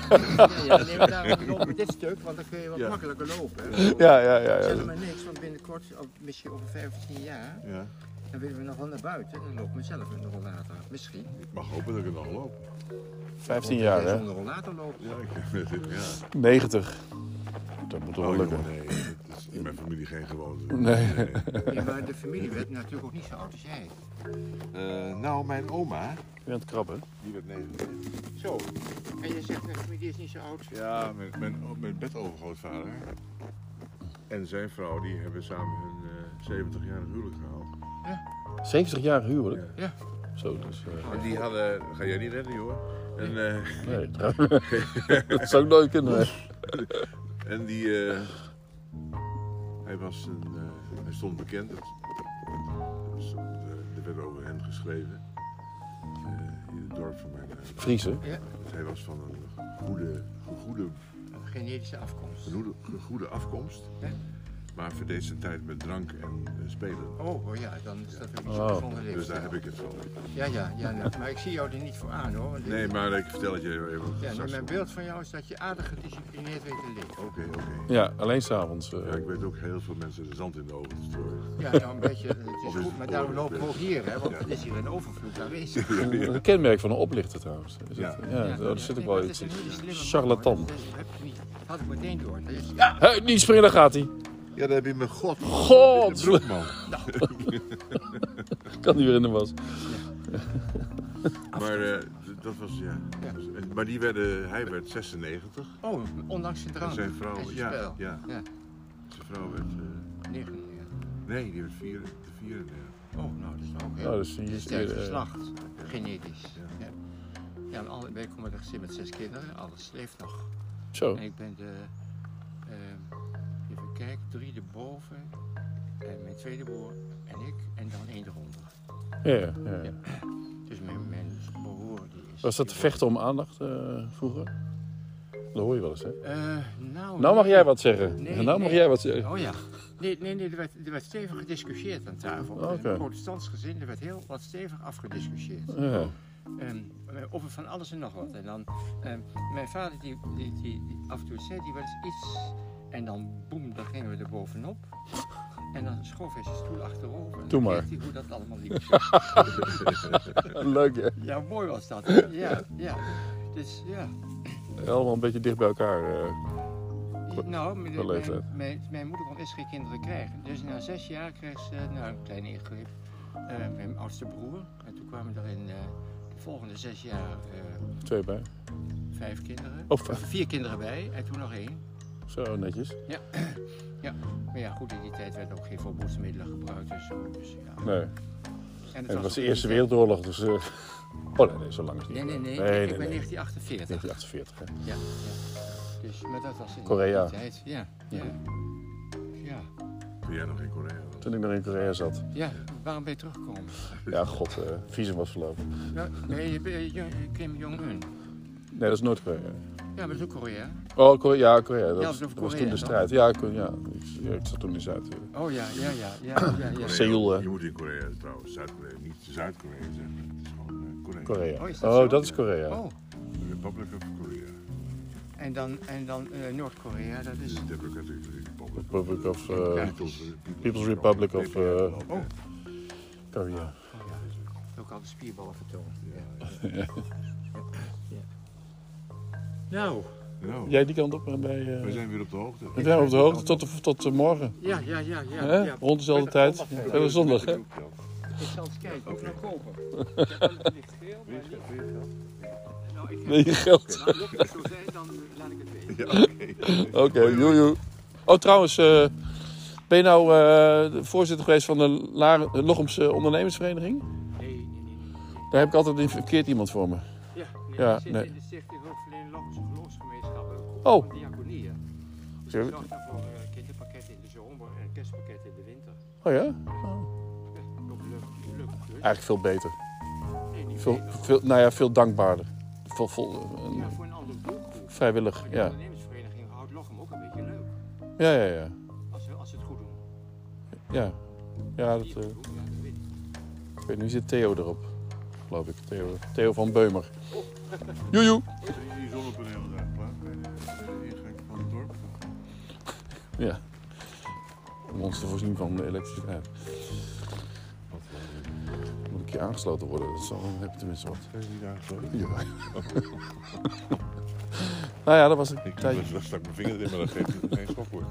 [SPEAKER 7] ja. Nee, maar daarom lopen we dit stuk, want dan kun je wat
[SPEAKER 5] Ja.
[SPEAKER 7] makkelijker lopen. hè.
[SPEAKER 1] Ja, ja, ja. ja.
[SPEAKER 7] Zeg maar niks, want binnenkort, of misschien over 15 jaar,
[SPEAKER 5] Ja.
[SPEAKER 7] dan willen we nog wel naar buiten. Dan loop ik mezelf met een rollator. Misschien.
[SPEAKER 5] Ik mag hopen dat ik het nog loop.
[SPEAKER 1] 15 jaar, hè?
[SPEAKER 7] Zonder rollator lopen.
[SPEAKER 5] Ja, ik, ja.
[SPEAKER 1] 90. Dat moet toch wel
[SPEAKER 5] Oh,
[SPEAKER 1] lukken.
[SPEAKER 5] jongen, nee. Dat is in mijn familie geen gewoonte.
[SPEAKER 1] Nee.
[SPEAKER 7] Ja, maar de familie werd natuurlijk ook niet zo oud als jij.
[SPEAKER 5] Eh, nou, mijn oma,
[SPEAKER 1] Je bent krabben.
[SPEAKER 5] die werd 99. Zo.
[SPEAKER 7] En je zegt, de familie is niet zo oud.
[SPEAKER 5] Ja, mijn, mijn, oh, mijn bedovergrootvader en zijn vrouw, die hebben samen hun eh 70-jarig huwelijk gehaald.
[SPEAKER 1] 70 jaar huwelijk.
[SPEAKER 7] Ja.
[SPEAKER 1] Zo, dus. eh,
[SPEAKER 5] En Oh, die hadden, ga jij niet redden, joh. En, eh,
[SPEAKER 1] nee, trouwens. dat zou ik nooit kunnen. hè.
[SPEAKER 5] En die. eh, hij was een. eh, hij stond bekend. Het- het is- eh, er werd over hem geschreven. eh, in het dorp van mijn. eh,
[SPEAKER 1] Vriezen.
[SPEAKER 5] want hij was van een goede, goede,
[SPEAKER 7] Genetische afkomst.
[SPEAKER 5] goede, goede afkomst.
[SPEAKER 7] Ja.
[SPEAKER 5] Maar verdeed zijn tijd met drank en eh, spelen.
[SPEAKER 7] Oh, oh ja, dan is dat ook niet
[SPEAKER 1] Oh.
[SPEAKER 7] zo'n gezonde
[SPEAKER 5] Dus daar heb
[SPEAKER 7] leven.
[SPEAKER 5] ik het van.
[SPEAKER 7] Ja, ja, ja. nou, maar ik zie jou er niet voor aan hoor. want dit-
[SPEAKER 5] Nee, maar ik vertel het je even.
[SPEAKER 7] Ja, nou,
[SPEAKER 5] straks
[SPEAKER 7] mijn
[SPEAKER 5] nog.
[SPEAKER 7] beeld van jou is dat je aardig gedisciplineerd weet te leven.
[SPEAKER 5] Oké, oké.
[SPEAKER 1] Ja, alleen s'avonds. avonds.
[SPEAKER 5] Ja,
[SPEAKER 1] eh.
[SPEAKER 5] ik weet ook heel veel mensen de zand in de ogen te strooien.
[SPEAKER 7] Ja, nou een beetje, het
[SPEAKER 5] Oh. Of
[SPEAKER 7] is
[SPEAKER 5] is
[SPEAKER 7] goed,
[SPEAKER 5] het
[SPEAKER 7] maar daarom
[SPEAKER 5] oorlog?
[SPEAKER 7] lopen we ook hier, hè, want
[SPEAKER 5] Ja.
[SPEAKER 7] het is hier een overvloed aanwezig.
[SPEAKER 1] Een kenmerk van een oplichter trouwens. Is
[SPEAKER 5] Ja.
[SPEAKER 1] het? Ja, oh, daar zit ook wel iets in. Charlatan.
[SPEAKER 7] Charlatan. Dat had ik meteen door. Dat is-
[SPEAKER 1] Hé, niet springen, daar gaat hij.
[SPEAKER 5] Ja, daar heb je mijn god.
[SPEAKER 1] God!
[SPEAKER 5] De broek, man.
[SPEAKER 1] Kan die weer in de was.
[SPEAKER 5] Maar eh, d- dat was, ja.
[SPEAKER 7] Ja.
[SPEAKER 5] En- Maar die werden, hij werd 96.
[SPEAKER 7] Oh, ondanks de
[SPEAKER 5] En
[SPEAKER 7] drank.
[SPEAKER 5] zijn vrouw,
[SPEAKER 7] en zijn
[SPEAKER 5] ja,
[SPEAKER 7] spel.
[SPEAKER 5] ja.
[SPEAKER 7] Ja.
[SPEAKER 5] Zijn vrouw werd, eh,
[SPEAKER 7] Negen, ja.
[SPEAKER 5] nee, die werd 4 34.
[SPEAKER 7] Oh, nou, dat is nou ook
[SPEAKER 1] Nou,
[SPEAKER 7] heel...
[SPEAKER 1] dus hier
[SPEAKER 7] Het
[SPEAKER 1] is
[SPEAKER 7] is sterk
[SPEAKER 1] eerder, eh,
[SPEAKER 7] geslacht, genetisch. Ja, ja maar alle, wij komen er gezin met zes kinderen, alles leeft nog.
[SPEAKER 1] Zo.
[SPEAKER 7] En ik ben de, eh, even kijken, drie erboven, en mijn tweede broer en ik, en dan één eronder.
[SPEAKER 1] Ja, ja, ja, ja.
[SPEAKER 7] Dus mijn, mijn behoor die is...
[SPEAKER 1] Was dat te vechten om aandacht eh, vroeger? Dat hoor je wel eens, hè?
[SPEAKER 7] Eh, nou,
[SPEAKER 1] Nou mag
[SPEAKER 7] nee.
[SPEAKER 1] jij wat zeggen.
[SPEAKER 7] Nee,
[SPEAKER 1] nou mag
[SPEAKER 7] nee.
[SPEAKER 1] jij wat zeggen.
[SPEAKER 7] Oh ja. Nee, nee, nee er, werd, er werd stevig gediscussieerd aan tafel.
[SPEAKER 1] Oh, Oké.
[SPEAKER 7] In een protestants gezin er werd heel wat stevig afgediscussieerd.
[SPEAKER 1] Ja.
[SPEAKER 7] Ehm, over van alles en nog wat. En dan, ehm, mijn vader die, die, die, die af en toe zei die wel eens iets. En dan boem, dan gingen we er bovenop. En dan schoof hij zijn stoel achterover. En
[SPEAKER 1] Doe
[SPEAKER 7] dan
[SPEAKER 1] maar.
[SPEAKER 7] keek hij hoe dat allemaal liep.
[SPEAKER 1] Leuk, hè?
[SPEAKER 7] ja, mooi was dat. hè? Ja, ja. Dus ja.
[SPEAKER 1] Allemaal een beetje dicht bij elkaar. eh. Qua-
[SPEAKER 7] Nou, mijn,
[SPEAKER 1] qua leeftijd.
[SPEAKER 7] mijn, mijn, mijn moeder kon eerst geen kinderen krijgen. Dus na zes Ehm, jaar kreeg ze nou, een kleine ingreep. eh, mijn oudste broer. En toen kwamen er in eh, de volgende zes jaar eh,
[SPEAKER 1] Twee bij.
[SPEAKER 7] vijf kinderen.
[SPEAKER 1] Of vijf.
[SPEAKER 7] Vier kinderen bij en toen nog één.
[SPEAKER 1] Zo netjes.
[SPEAKER 7] Maar ja, goed, in die tijd werd ook geen voorboedsmiddelen gebruikt en zo. Dus, ja.
[SPEAKER 1] Nee.
[SPEAKER 7] En
[SPEAKER 1] En het was de
[SPEAKER 7] ook
[SPEAKER 1] Eerste
[SPEAKER 7] niet-
[SPEAKER 1] Wereldoorlog, dus. eh, Oh nee, nee, zo lang is het
[SPEAKER 7] Nee,
[SPEAKER 1] niet.
[SPEAKER 7] nee, nee.
[SPEAKER 1] nee,
[SPEAKER 7] ik
[SPEAKER 1] nee,
[SPEAKER 7] ben
[SPEAKER 1] nee.
[SPEAKER 7] 1948.
[SPEAKER 1] 1948. hè.
[SPEAKER 7] Ja, ja. Dus, maar dat was in
[SPEAKER 1] Korea.
[SPEAKER 7] die tijd. Ja, ja. Ja,
[SPEAKER 5] Toen jij nog in Korea was.
[SPEAKER 1] Toen ik nog in Korea zat.
[SPEAKER 7] ja. waarom ben je teruggekomen?
[SPEAKER 1] Ja, god, eh visum was verlopen.
[SPEAKER 7] Nou, nee, je bent, eh, Jong- Kim Jong-un.
[SPEAKER 1] Nee, dat is Noord-Korea.
[SPEAKER 7] Ja, maar dat is ook Korea.
[SPEAKER 1] Oh, Korea, ja, Korea. Dat,
[SPEAKER 7] Ja,
[SPEAKER 1] was,
[SPEAKER 7] dat is
[SPEAKER 1] dat was
[SPEAKER 7] Korea,
[SPEAKER 1] toen de
[SPEAKER 7] toch?
[SPEAKER 1] strijd. Ja, Ko- ja. Ik, ja, ik zat toen in Zuid. eh.
[SPEAKER 7] Oh ja, ja, ja. ja, ja, ja.
[SPEAKER 1] Seoul, hè?
[SPEAKER 5] Je moet in Korea trouwens, Zuid-Korea, niet Zuid-Korea zeggen. Het is gewoon eh, Korea.
[SPEAKER 1] Korea.
[SPEAKER 7] Oh, is dat zo?
[SPEAKER 1] Oh, dat is Korea.
[SPEAKER 7] Oh,
[SPEAKER 5] De Republic of Korea.
[SPEAKER 7] en dan, en dan eh, Noord-Korea, dat is...
[SPEAKER 5] De Democratic Republic of
[SPEAKER 1] Republic of eh,
[SPEAKER 5] People's,
[SPEAKER 1] People's Republic of eh,
[SPEAKER 7] Oh.
[SPEAKER 1] Korea.
[SPEAKER 7] Oh ja, ook al de spierballen vertoond. Ja. Ja. Nou,
[SPEAKER 5] Nou,
[SPEAKER 1] Jij die kant op eh, bij. eh,
[SPEAKER 5] we zijn weer op de hoogte.
[SPEAKER 1] We zijn op de hoogte tot, de- tot eh, morgen.
[SPEAKER 7] ja, ja, ja, ja.
[SPEAKER 1] hè?
[SPEAKER 7] ja.
[SPEAKER 1] Rond dezelfde tijd. Heel zondag, hè?
[SPEAKER 7] Ik zal eens kijken of ik nog kopen.
[SPEAKER 4] Het ligt geel, maar niet.
[SPEAKER 7] Nou, ik heb...
[SPEAKER 1] Nee, geld.
[SPEAKER 7] Nou, mocht het zo zijn, dan eh, laat ik het weten.
[SPEAKER 5] Ja, oké.
[SPEAKER 1] Oké, joe, joe. Oh, trouwens, eh, ben je nou eh, de voorzitter geweest van de Laren- de Lochemse ondernemersvereniging?
[SPEAKER 7] Nee, nee, nee. nee.
[SPEAKER 1] Daar heb ik altijd een verkeerd iemand voor me.
[SPEAKER 7] Ja, nee,
[SPEAKER 1] Ja,
[SPEAKER 7] ik zit
[SPEAKER 1] nee.
[SPEAKER 7] in de Stichting Hulpverlening Lochense Geloofsgemeenschappen.
[SPEAKER 1] Oh.
[SPEAKER 7] Van diaconieën. Dus
[SPEAKER 1] Zo.
[SPEAKER 7] ik zorg daarvoor eh, kinderpakketten in de zomer en kerstpakketten in de winter.
[SPEAKER 1] Oh ja?
[SPEAKER 7] Ja, nog een leuk, leuke klus.
[SPEAKER 1] Eigenlijk veel beter.
[SPEAKER 7] Nee, niet
[SPEAKER 1] Veel,
[SPEAKER 7] meer.
[SPEAKER 1] veel, nou ja, veel dankbaarder. Vol, vol, eh, een-
[SPEAKER 7] Ja, voor een andere doelgroep.
[SPEAKER 1] vrijwillig,
[SPEAKER 7] Maar de
[SPEAKER 1] ja.
[SPEAKER 7] ondernemersvereniging houdt Lochem ook een beetje leuk.
[SPEAKER 1] Ja, ja, ja.
[SPEAKER 7] Als ze, als ze het goed doen.
[SPEAKER 1] Ja, ja dat,
[SPEAKER 7] Die het
[SPEAKER 1] eh,
[SPEAKER 7] goed doen, ja, dat weet ik.
[SPEAKER 1] ik weet niet, zit Theo erop, geloof ik. Theo, Theo van Beumer. Joejoe.
[SPEAKER 5] Zijn die zonnepanelen daar geplaatst bij de bij de ingang van het dorp?
[SPEAKER 1] Ja. Om ons te voorzien van de elektriciteit. Moet ik hier aangesloten worden? Dat zal, dan heb je tenminste wat.
[SPEAKER 5] Zijn die daar zo?
[SPEAKER 1] Nou ja, dat was een
[SPEAKER 5] Ik
[SPEAKER 1] tijdje.
[SPEAKER 5] dan stak mijn vinger in, maar dat geeft het geen schokwoord.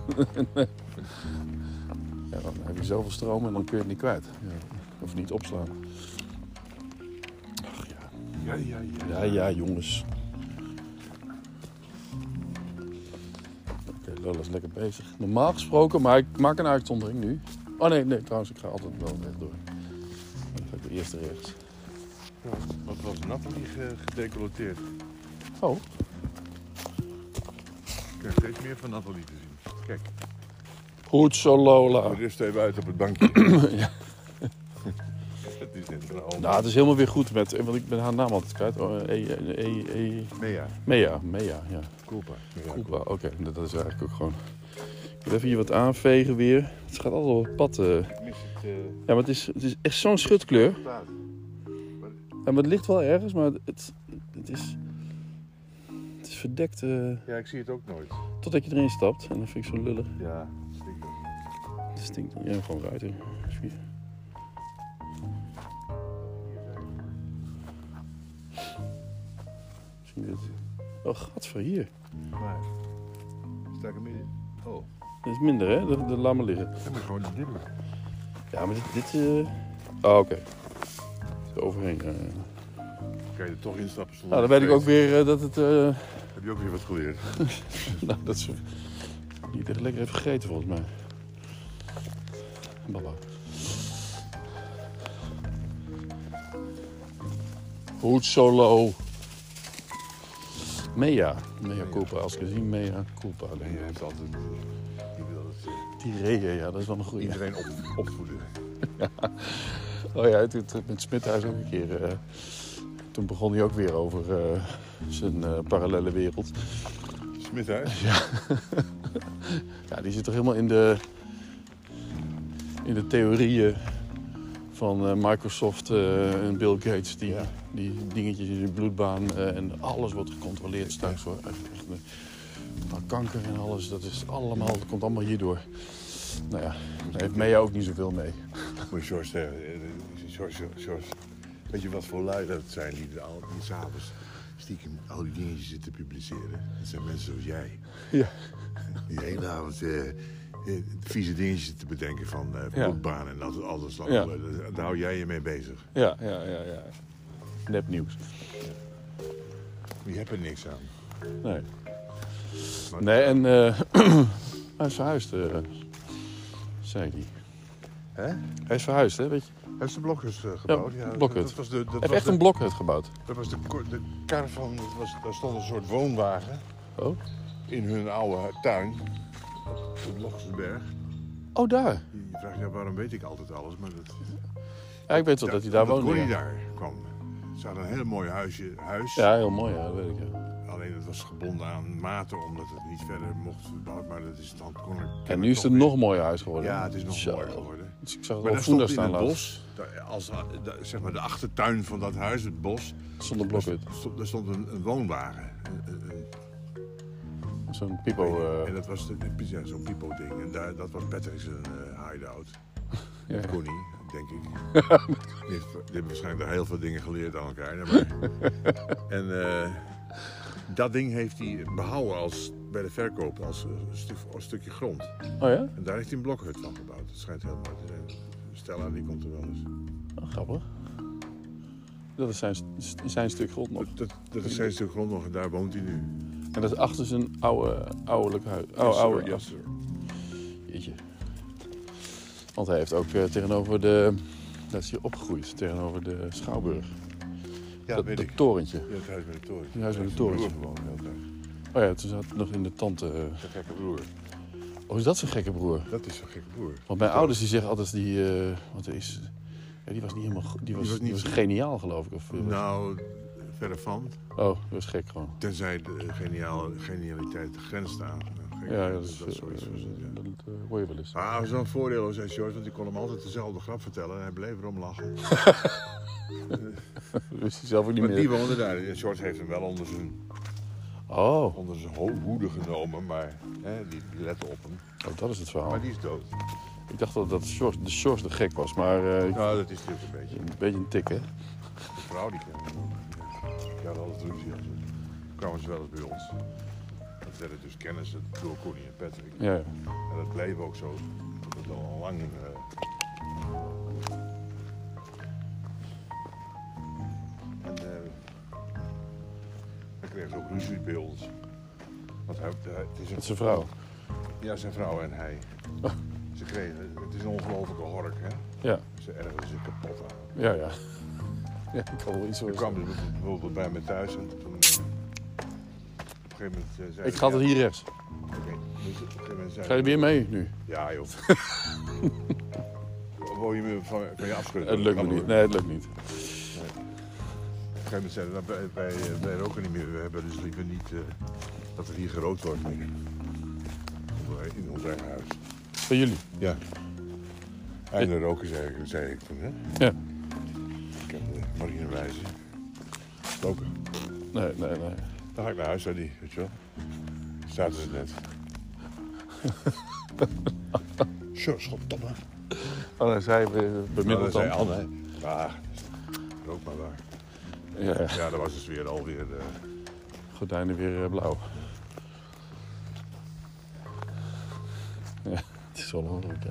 [SPEAKER 1] Ja, dan heb je zoveel stroom en dan kun je het niet kwijt. Of niet opslaan.
[SPEAKER 5] Ja, ja, ja.
[SPEAKER 1] Ja, ja, jongens. Oké, Lola is lekker bezig. Normaal gesproken, maar ik maak een uitzondering nu. Oh nee, nee, trouwens, ik ga altijd wel rechtdoor. Dan ga ik de eerste rechts.
[SPEAKER 5] Wat was Nathalie ge- gedecolleteerd?
[SPEAKER 1] Oh,
[SPEAKER 5] Ik krijg steeds meer van Nathalie te zien. Kijk,
[SPEAKER 1] goed zo, Lola.
[SPEAKER 5] rust even uit op het bankje. Het is net een al.
[SPEAKER 1] Nou, het is helemaal weer goed met, want ik ben haar naam altijd kwijt. Oh, eh, eh, eh, eh,
[SPEAKER 5] Mea,
[SPEAKER 1] Mea, Mea, ja.
[SPEAKER 5] Koelpa. Mea,
[SPEAKER 1] Koepa, oké, dat dat is eigenlijk ook gewoon. Ik moet even hier wat aanvegen weer. Het gaat allemaal op het pad. eh.
[SPEAKER 5] Ik mis het eh,
[SPEAKER 1] Ja, maar het is, het is echt zo'n schutkleur.
[SPEAKER 5] resultaat.
[SPEAKER 1] Ja, maar het ligt wel ergens, maar het, het is. Het is verdekt eh,
[SPEAKER 5] Ja, ik zie het ook nooit.
[SPEAKER 1] totdat je erin stapt. En dat vind ik zo lullig.
[SPEAKER 5] Ja, stinkt ook.
[SPEAKER 1] Het stinkt. Ja, gewoon ruiten. Alsjeblieft. Misschien dit. Oh, gadver hier.
[SPEAKER 5] Maar, sta ik er midden? Oh,
[SPEAKER 1] Dat is minder, hè? Dat, dat laat maar liggen.
[SPEAKER 5] dan moet je gewoon dimmen.
[SPEAKER 1] Ja, maar dit. dit eh, Oh, oké. Er Overheen. eh. ja, ja.
[SPEAKER 5] Kan je er toch instappen zonder
[SPEAKER 1] Nou, dan weet ik ook
[SPEAKER 5] vrees?
[SPEAKER 1] weer eh, dat het. eh,
[SPEAKER 5] Heb je ook weer wat geleerd?
[SPEAKER 1] Nou, dat ze niet echt lekker heeft gegeten volgens mij. Baba. Goed solo. Mea. Mea Culpa. Als ik het zie, Mea Culpa.
[SPEAKER 5] Nee, je hebt altijd... eh, Je wil het, eh,
[SPEAKER 1] Die reden, ja, dat is wel een goede.
[SPEAKER 5] iedereen op, opvoeden.
[SPEAKER 1] Oh ja, het doet het met Smithuis ook een keer. eh, toen begon hij ook weer over eh, zijn eh, parallele wereld.
[SPEAKER 5] Smit uit.
[SPEAKER 1] Ja, die zit toch helemaal in de, in de theorieën van eh, Microsoft eh, en Bill Gates. Die,
[SPEAKER 5] Ja.
[SPEAKER 1] die dingetjes in de bloedbaan eh, en alles wordt gecontroleerd straks voor echt, echt, eh, nou, kanker en alles. Dat is allemaal, dat komt allemaal hierdoor. Nou ja, daar heeft Mea ook niet zoveel mee.
[SPEAKER 5] Moet je George zeggen. eh, eh, George, George, weet je wat voor lui dat zijn die er al die s'avonds stiekem al die dingetjes zitten publiceren? Dat zijn mensen zoals jij.
[SPEAKER 1] Ja.
[SPEAKER 5] Die de hele avond eh, eh, vieze dingetjes te bedenken van eh
[SPEAKER 1] Ja.
[SPEAKER 5] bloedbaan en dat alles. dat-
[SPEAKER 1] Ja.
[SPEAKER 5] Daar hou jij je mee bezig.
[SPEAKER 1] Ja, ja, ja, ja. nepnieuws.
[SPEAKER 5] Je hebt er niks aan.
[SPEAKER 1] Nee. Nee, en eh, hij is verhuisd, eh, zei hij.
[SPEAKER 5] Hè? Hij
[SPEAKER 1] Hij is verhuisd, hè, weet je.
[SPEAKER 5] heeft de blokkers eh, gebouwd. dat-
[SPEAKER 1] blokhut.
[SPEAKER 5] Dat was de, dat
[SPEAKER 1] Hij heeft
[SPEAKER 5] was
[SPEAKER 1] echt
[SPEAKER 5] de,
[SPEAKER 1] een blokhut gebouwd.
[SPEAKER 5] dat was de, ko- de kar van, dat was, daar stond een soort woonwagen
[SPEAKER 1] Oh,
[SPEAKER 5] in hun oude tuin. Op Lochsenberg.
[SPEAKER 1] oh daar.
[SPEAKER 5] Je je vraagt je af, waarom weet ik altijd alles, maar dat...
[SPEAKER 1] Ja, ik weet wel dat hij daar woonde.
[SPEAKER 5] Connie
[SPEAKER 1] ja.
[SPEAKER 5] daar kwam. Ze hadden een hele mooi huisje, huis.
[SPEAKER 1] Ja, heel mooi, ja, dat weet ik. Ja.
[SPEAKER 5] Alleen het was gebonden aan maten, omdat het niet verder mocht verbouwd. Maar dat is dan kon ik.
[SPEAKER 1] En nu is het een nog mooier huis geworden.
[SPEAKER 5] Ja, het is nog
[SPEAKER 1] Zo.
[SPEAKER 5] mooier geworden.
[SPEAKER 1] Dus ik zag het
[SPEAKER 5] Maar
[SPEAKER 1] al
[SPEAKER 5] daar stond
[SPEAKER 1] Voenda
[SPEAKER 5] in
[SPEAKER 1] staan
[SPEAKER 5] het
[SPEAKER 1] laatst.
[SPEAKER 5] bos, daar- als, daar- zeg maar de achtertuin van dat huis, het bos,
[SPEAKER 1] Zonder blokhut.
[SPEAKER 5] stond, daar stond een, een woonwagen. Een- een- een-
[SPEAKER 1] Zo'n pipo. eh,
[SPEAKER 5] en dat was de- de- ja, zo'n pipo-ding. En daar, dat was Patrick's een eh, hideout.
[SPEAKER 1] ja.
[SPEAKER 5] Connie, denk ik. die, heeft, die hebben waarschijnlijk daar heel veel dingen geleerd aan elkaar. hè, Maar... en eh, dat ding heeft hij behouden als, bij de verkoop als, eh, stuk, als stukje grond.
[SPEAKER 1] Oh ja?
[SPEAKER 5] En daar heeft hij een blokhut van gebouwd. Dat schijnt heel mooi te zijn. Stella, die komt er wel eens.
[SPEAKER 1] Oh, grappig. Dat is zijn, st- zijn stuk grond nog.
[SPEAKER 5] Dat, dat, dat is zijn stuk grond nog en daar woont hij nu.
[SPEAKER 1] En dat is achter zijn oude, ouderlijk huis. Oude,
[SPEAKER 5] Yes, sir,
[SPEAKER 1] Oh, oude,
[SPEAKER 5] yes, sir.
[SPEAKER 1] Jeetje. Want hij heeft ook eh, tegenover de... Dat is hier opgegroeid, tegenover de Schouwburg.
[SPEAKER 5] Ja,
[SPEAKER 1] dat,
[SPEAKER 5] weet
[SPEAKER 1] dat
[SPEAKER 5] ik.
[SPEAKER 1] torentje.
[SPEAKER 5] Ja, het huis met de toren.
[SPEAKER 1] Het huis met het
[SPEAKER 5] Broer
[SPEAKER 1] torentje.
[SPEAKER 5] gewoon, heel erg.
[SPEAKER 1] Oh ja, toen zat het nog in de tante... eh.
[SPEAKER 5] Een gekke broer.
[SPEAKER 1] Oh, is dat zijn gekke broer?
[SPEAKER 5] Dat is een gekke broer.
[SPEAKER 1] Want mijn ouders die zeggen altijd die... eh, want er is... Ja, die was niet helemaal... go- Die was, die
[SPEAKER 5] was
[SPEAKER 1] was,
[SPEAKER 5] niet-
[SPEAKER 1] geniaal, geloof ik. Of, eh,
[SPEAKER 5] Nou, verder van.
[SPEAKER 1] Oh, die was gek gewoon.
[SPEAKER 5] Tenzij de geniale, genialiteit de grens staan.
[SPEAKER 1] Ja, dat is...
[SPEAKER 5] dat zoiets.
[SPEAKER 1] eh,
[SPEAKER 5] was het, ja.
[SPEAKER 1] dat eh, hoor je wel eens.
[SPEAKER 5] Ah, dat is wel een voordeel aan zijn George, want ik kon hem altijd dezelfde grap vertellen en hij bleef erom lachen.
[SPEAKER 1] Dat wist hij zelf ook niet
[SPEAKER 5] Maar die
[SPEAKER 1] meer.
[SPEAKER 5] woonde daar. George heeft hem wel onder zijn,
[SPEAKER 1] Oh,
[SPEAKER 5] onder zijn ho- hoede genomen, maar hè, die, die lette op hem.
[SPEAKER 1] oh, dat is het verhaal.
[SPEAKER 5] Maar die is dood.
[SPEAKER 1] Ik dacht dat, dat Sjors, de Sjors de gek was, maar eh,
[SPEAKER 5] Nou, dat is natuurlijk een beetje.
[SPEAKER 1] een beetje een tik, hè?
[SPEAKER 5] De vrouw die kende hem ook. Die had altijd ruzie als het. kwamen ze wel eens bij ons. Dat werden dus kennissen door Connie en Patrick.
[SPEAKER 1] Ja, ja.
[SPEAKER 5] En dat bleef ook zo. Dat het al lang... eh, En eh, dan kreeg ze ook ruzie bij ons. Want hij, hij- het is een,
[SPEAKER 1] met zijn vrouw.
[SPEAKER 5] Ja, zijn vrouw en hij.
[SPEAKER 1] Oh.
[SPEAKER 5] Ze kregen, het is een ongelofelijke hork, hè?
[SPEAKER 1] Ja,
[SPEAKER 5] Ze ergerden zich kapot aan.
[SPEAKER 1] ja, ja. Ja, ik kan wel iets
[SPEAKER 5] Toen
[SPEAKER 1] horen.
[SPEAKER 5] kwam ze bijvoorbeeld bij me thuis en toen... eh, Op een gegeven moment eh, zei
[SPEAKER 1] Ik
[SPEAKER 5] ze,
[SPEAKER 1] ga
[SPEAKER 5] ja,
[SPEAKER 1] altijd hier rechts.
[SPEAKER 5] oké. Dus op een gegeven moment zei
[SPEAKER 1] Ga je
[SPEAKER 5] ze,
[SPEAKER 1] weer mee nu?
[SPEAKER 5] Ja, joh. Wou je me van, van je afschudden?
[SPEAKER 1] Het lukt me
[SPEAKER 5] Kan
[SPEAKER 1] niet.
[SPEAKER 5] hoor.
[SPEAKER 1] Nee, het lukt niet.
[SPEAKER 5] Op een gegeven moment zeiden we, wij, eh, wij, wij roken niet meer. We hebben dus liever niet eh, dat er hier gerookt wordt. meer. In ons eigen huis.
[SPEAKER 1] Van jullie?
[SPEAKER 5] Ja. En de roken, zei, ik- zei ik toen, hè?
[SPEAKER 1] Ja.
[SPEAKER 5] Ik heb eh, de marinewijze. Roken.
[SPEAKER 1] Nee, nee, nee.
[SPEAKER 5] Dan ga ik naar huis, zei die, weet je wel. Zaten ze net. Zo, schopdomme.
[SPEAKER 1] Oh, dan zei we
[SPEAKER 5] Nou, dat
[SPEAKER 1] bemiddeld
[SPEAKER 5] zei
[SPEAKER 1] dan.
[SPEAKER 5] Anne. Ja, rook maar waar.
[SPEAKER 1] Ja, ja.
[SPEAKER 5] Ja, dat was dus weer alweer. eh,
[SPEAKER 1] gordijnen weer eh, blauw. Ja, het is wel ongelooflijk, hè.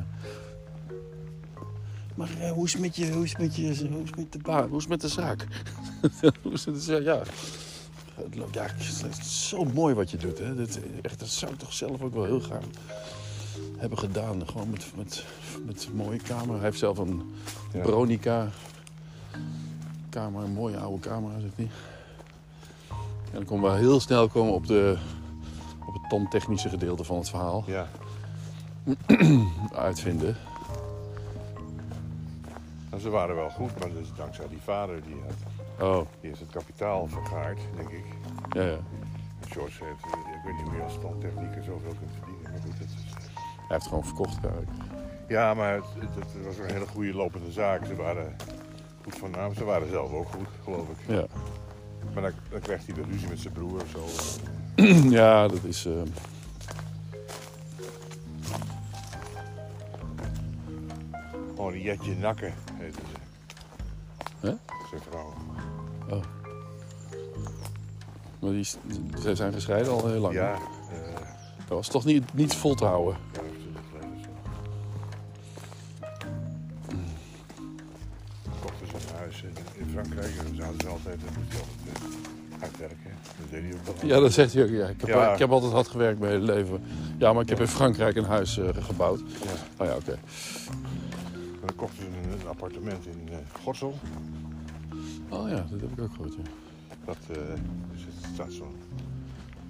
[SPEAKER 1] Maar eh, hoe is het met je, hoe is het met je, hoe is het met de baan, hoe is het met de zaak? hoe is het met de zaak, ja. Het loopt- Ja, het is zo mooi wat je doet, hè. Dat, echt, dat zou ik toch zelf ook wel heel graag hebben gedaan. Gewoon met, met, met een mooie kamer. Hij heeft zelf een
[SPEAKER 5] Ja.
[SPEAKER 1] Veronica kamer, een mooie oude camera, zegt hij. En dan komen we heel snel komen op, de, op het tandtechnische gedeelte van het verhaal.
[SPEAKER 5] ja.
[SPEAKER 1] Uitvinden.
[SPEAKER 5] Nou, ze waren wel goed, maar dat is dankzij die vader die had.
[SPEAKER 1] Oh,
[SPEAKER 5] Die heeft het kapitaal vergaard, denk ik.
[SPEAKER 1] ja, ja.
[SPEAKER 5] En George heeft, eh, ik weet niet hoe je als standtechnieker zoveel kunt verdienen. Maar goed, dat is...
[SPEAKER 1] Hij heeft gewoon verkocht eigenlijk.
[SPEAKER 5] Ja, maar het, het- het was een hele goede lopende zaak. Ze waren goed van naam. Ze waren zelf ook goed, geloof ik.
[SPEAKER 1] Ja,
[SPEAKER 5] Maar dan, dan kreeg hij weer ruzie met zijn broer of zo.
[SPEAKER 1] ja dat is... eh,
[SPEAKER 5] Henrietje Nakken heette ze.
[SPEAKER 1] Hè?
[SPEAKER 5] Zijn vrouw.
[SPEAKER 1] maar die, is- ze zijn gescheiden al heel lang.
[SPEAKER 5] Ja, eh,
[SPEAKER 1] Dat was toch niet, niet vol te houden.
[SPEAKER 5] Ja, dat is natuurlijk geleden of zo. Kochten Hm. ze een huis in, in Frankrijk. En dan hadden ze altijd, dat moet je altijd eh, hard werken. Dat deed hij ook wel.
[SPEAKER 1] Ja, dat zegt hij ook. Ja. Ik, heb,
[SPEAKER 5] Ja.
[SPEAKER 1] ik heb altijd hard gewerkt mijn hele leven. Ja, maar ik heb in Frankrijk een huis eh, gebouwd.
[SPEAKER 5] Ja.
[SPEAKER 1] Oh ja, oké.
[SPEAKER 5] En dan kochten ze een, een appartement in eh Gorssel.
[SPEAKER 1] Oh ja, dat heb ik ook gehoord. Ja.
[SPEAKER 5] Dat eh, dus het staat zo'n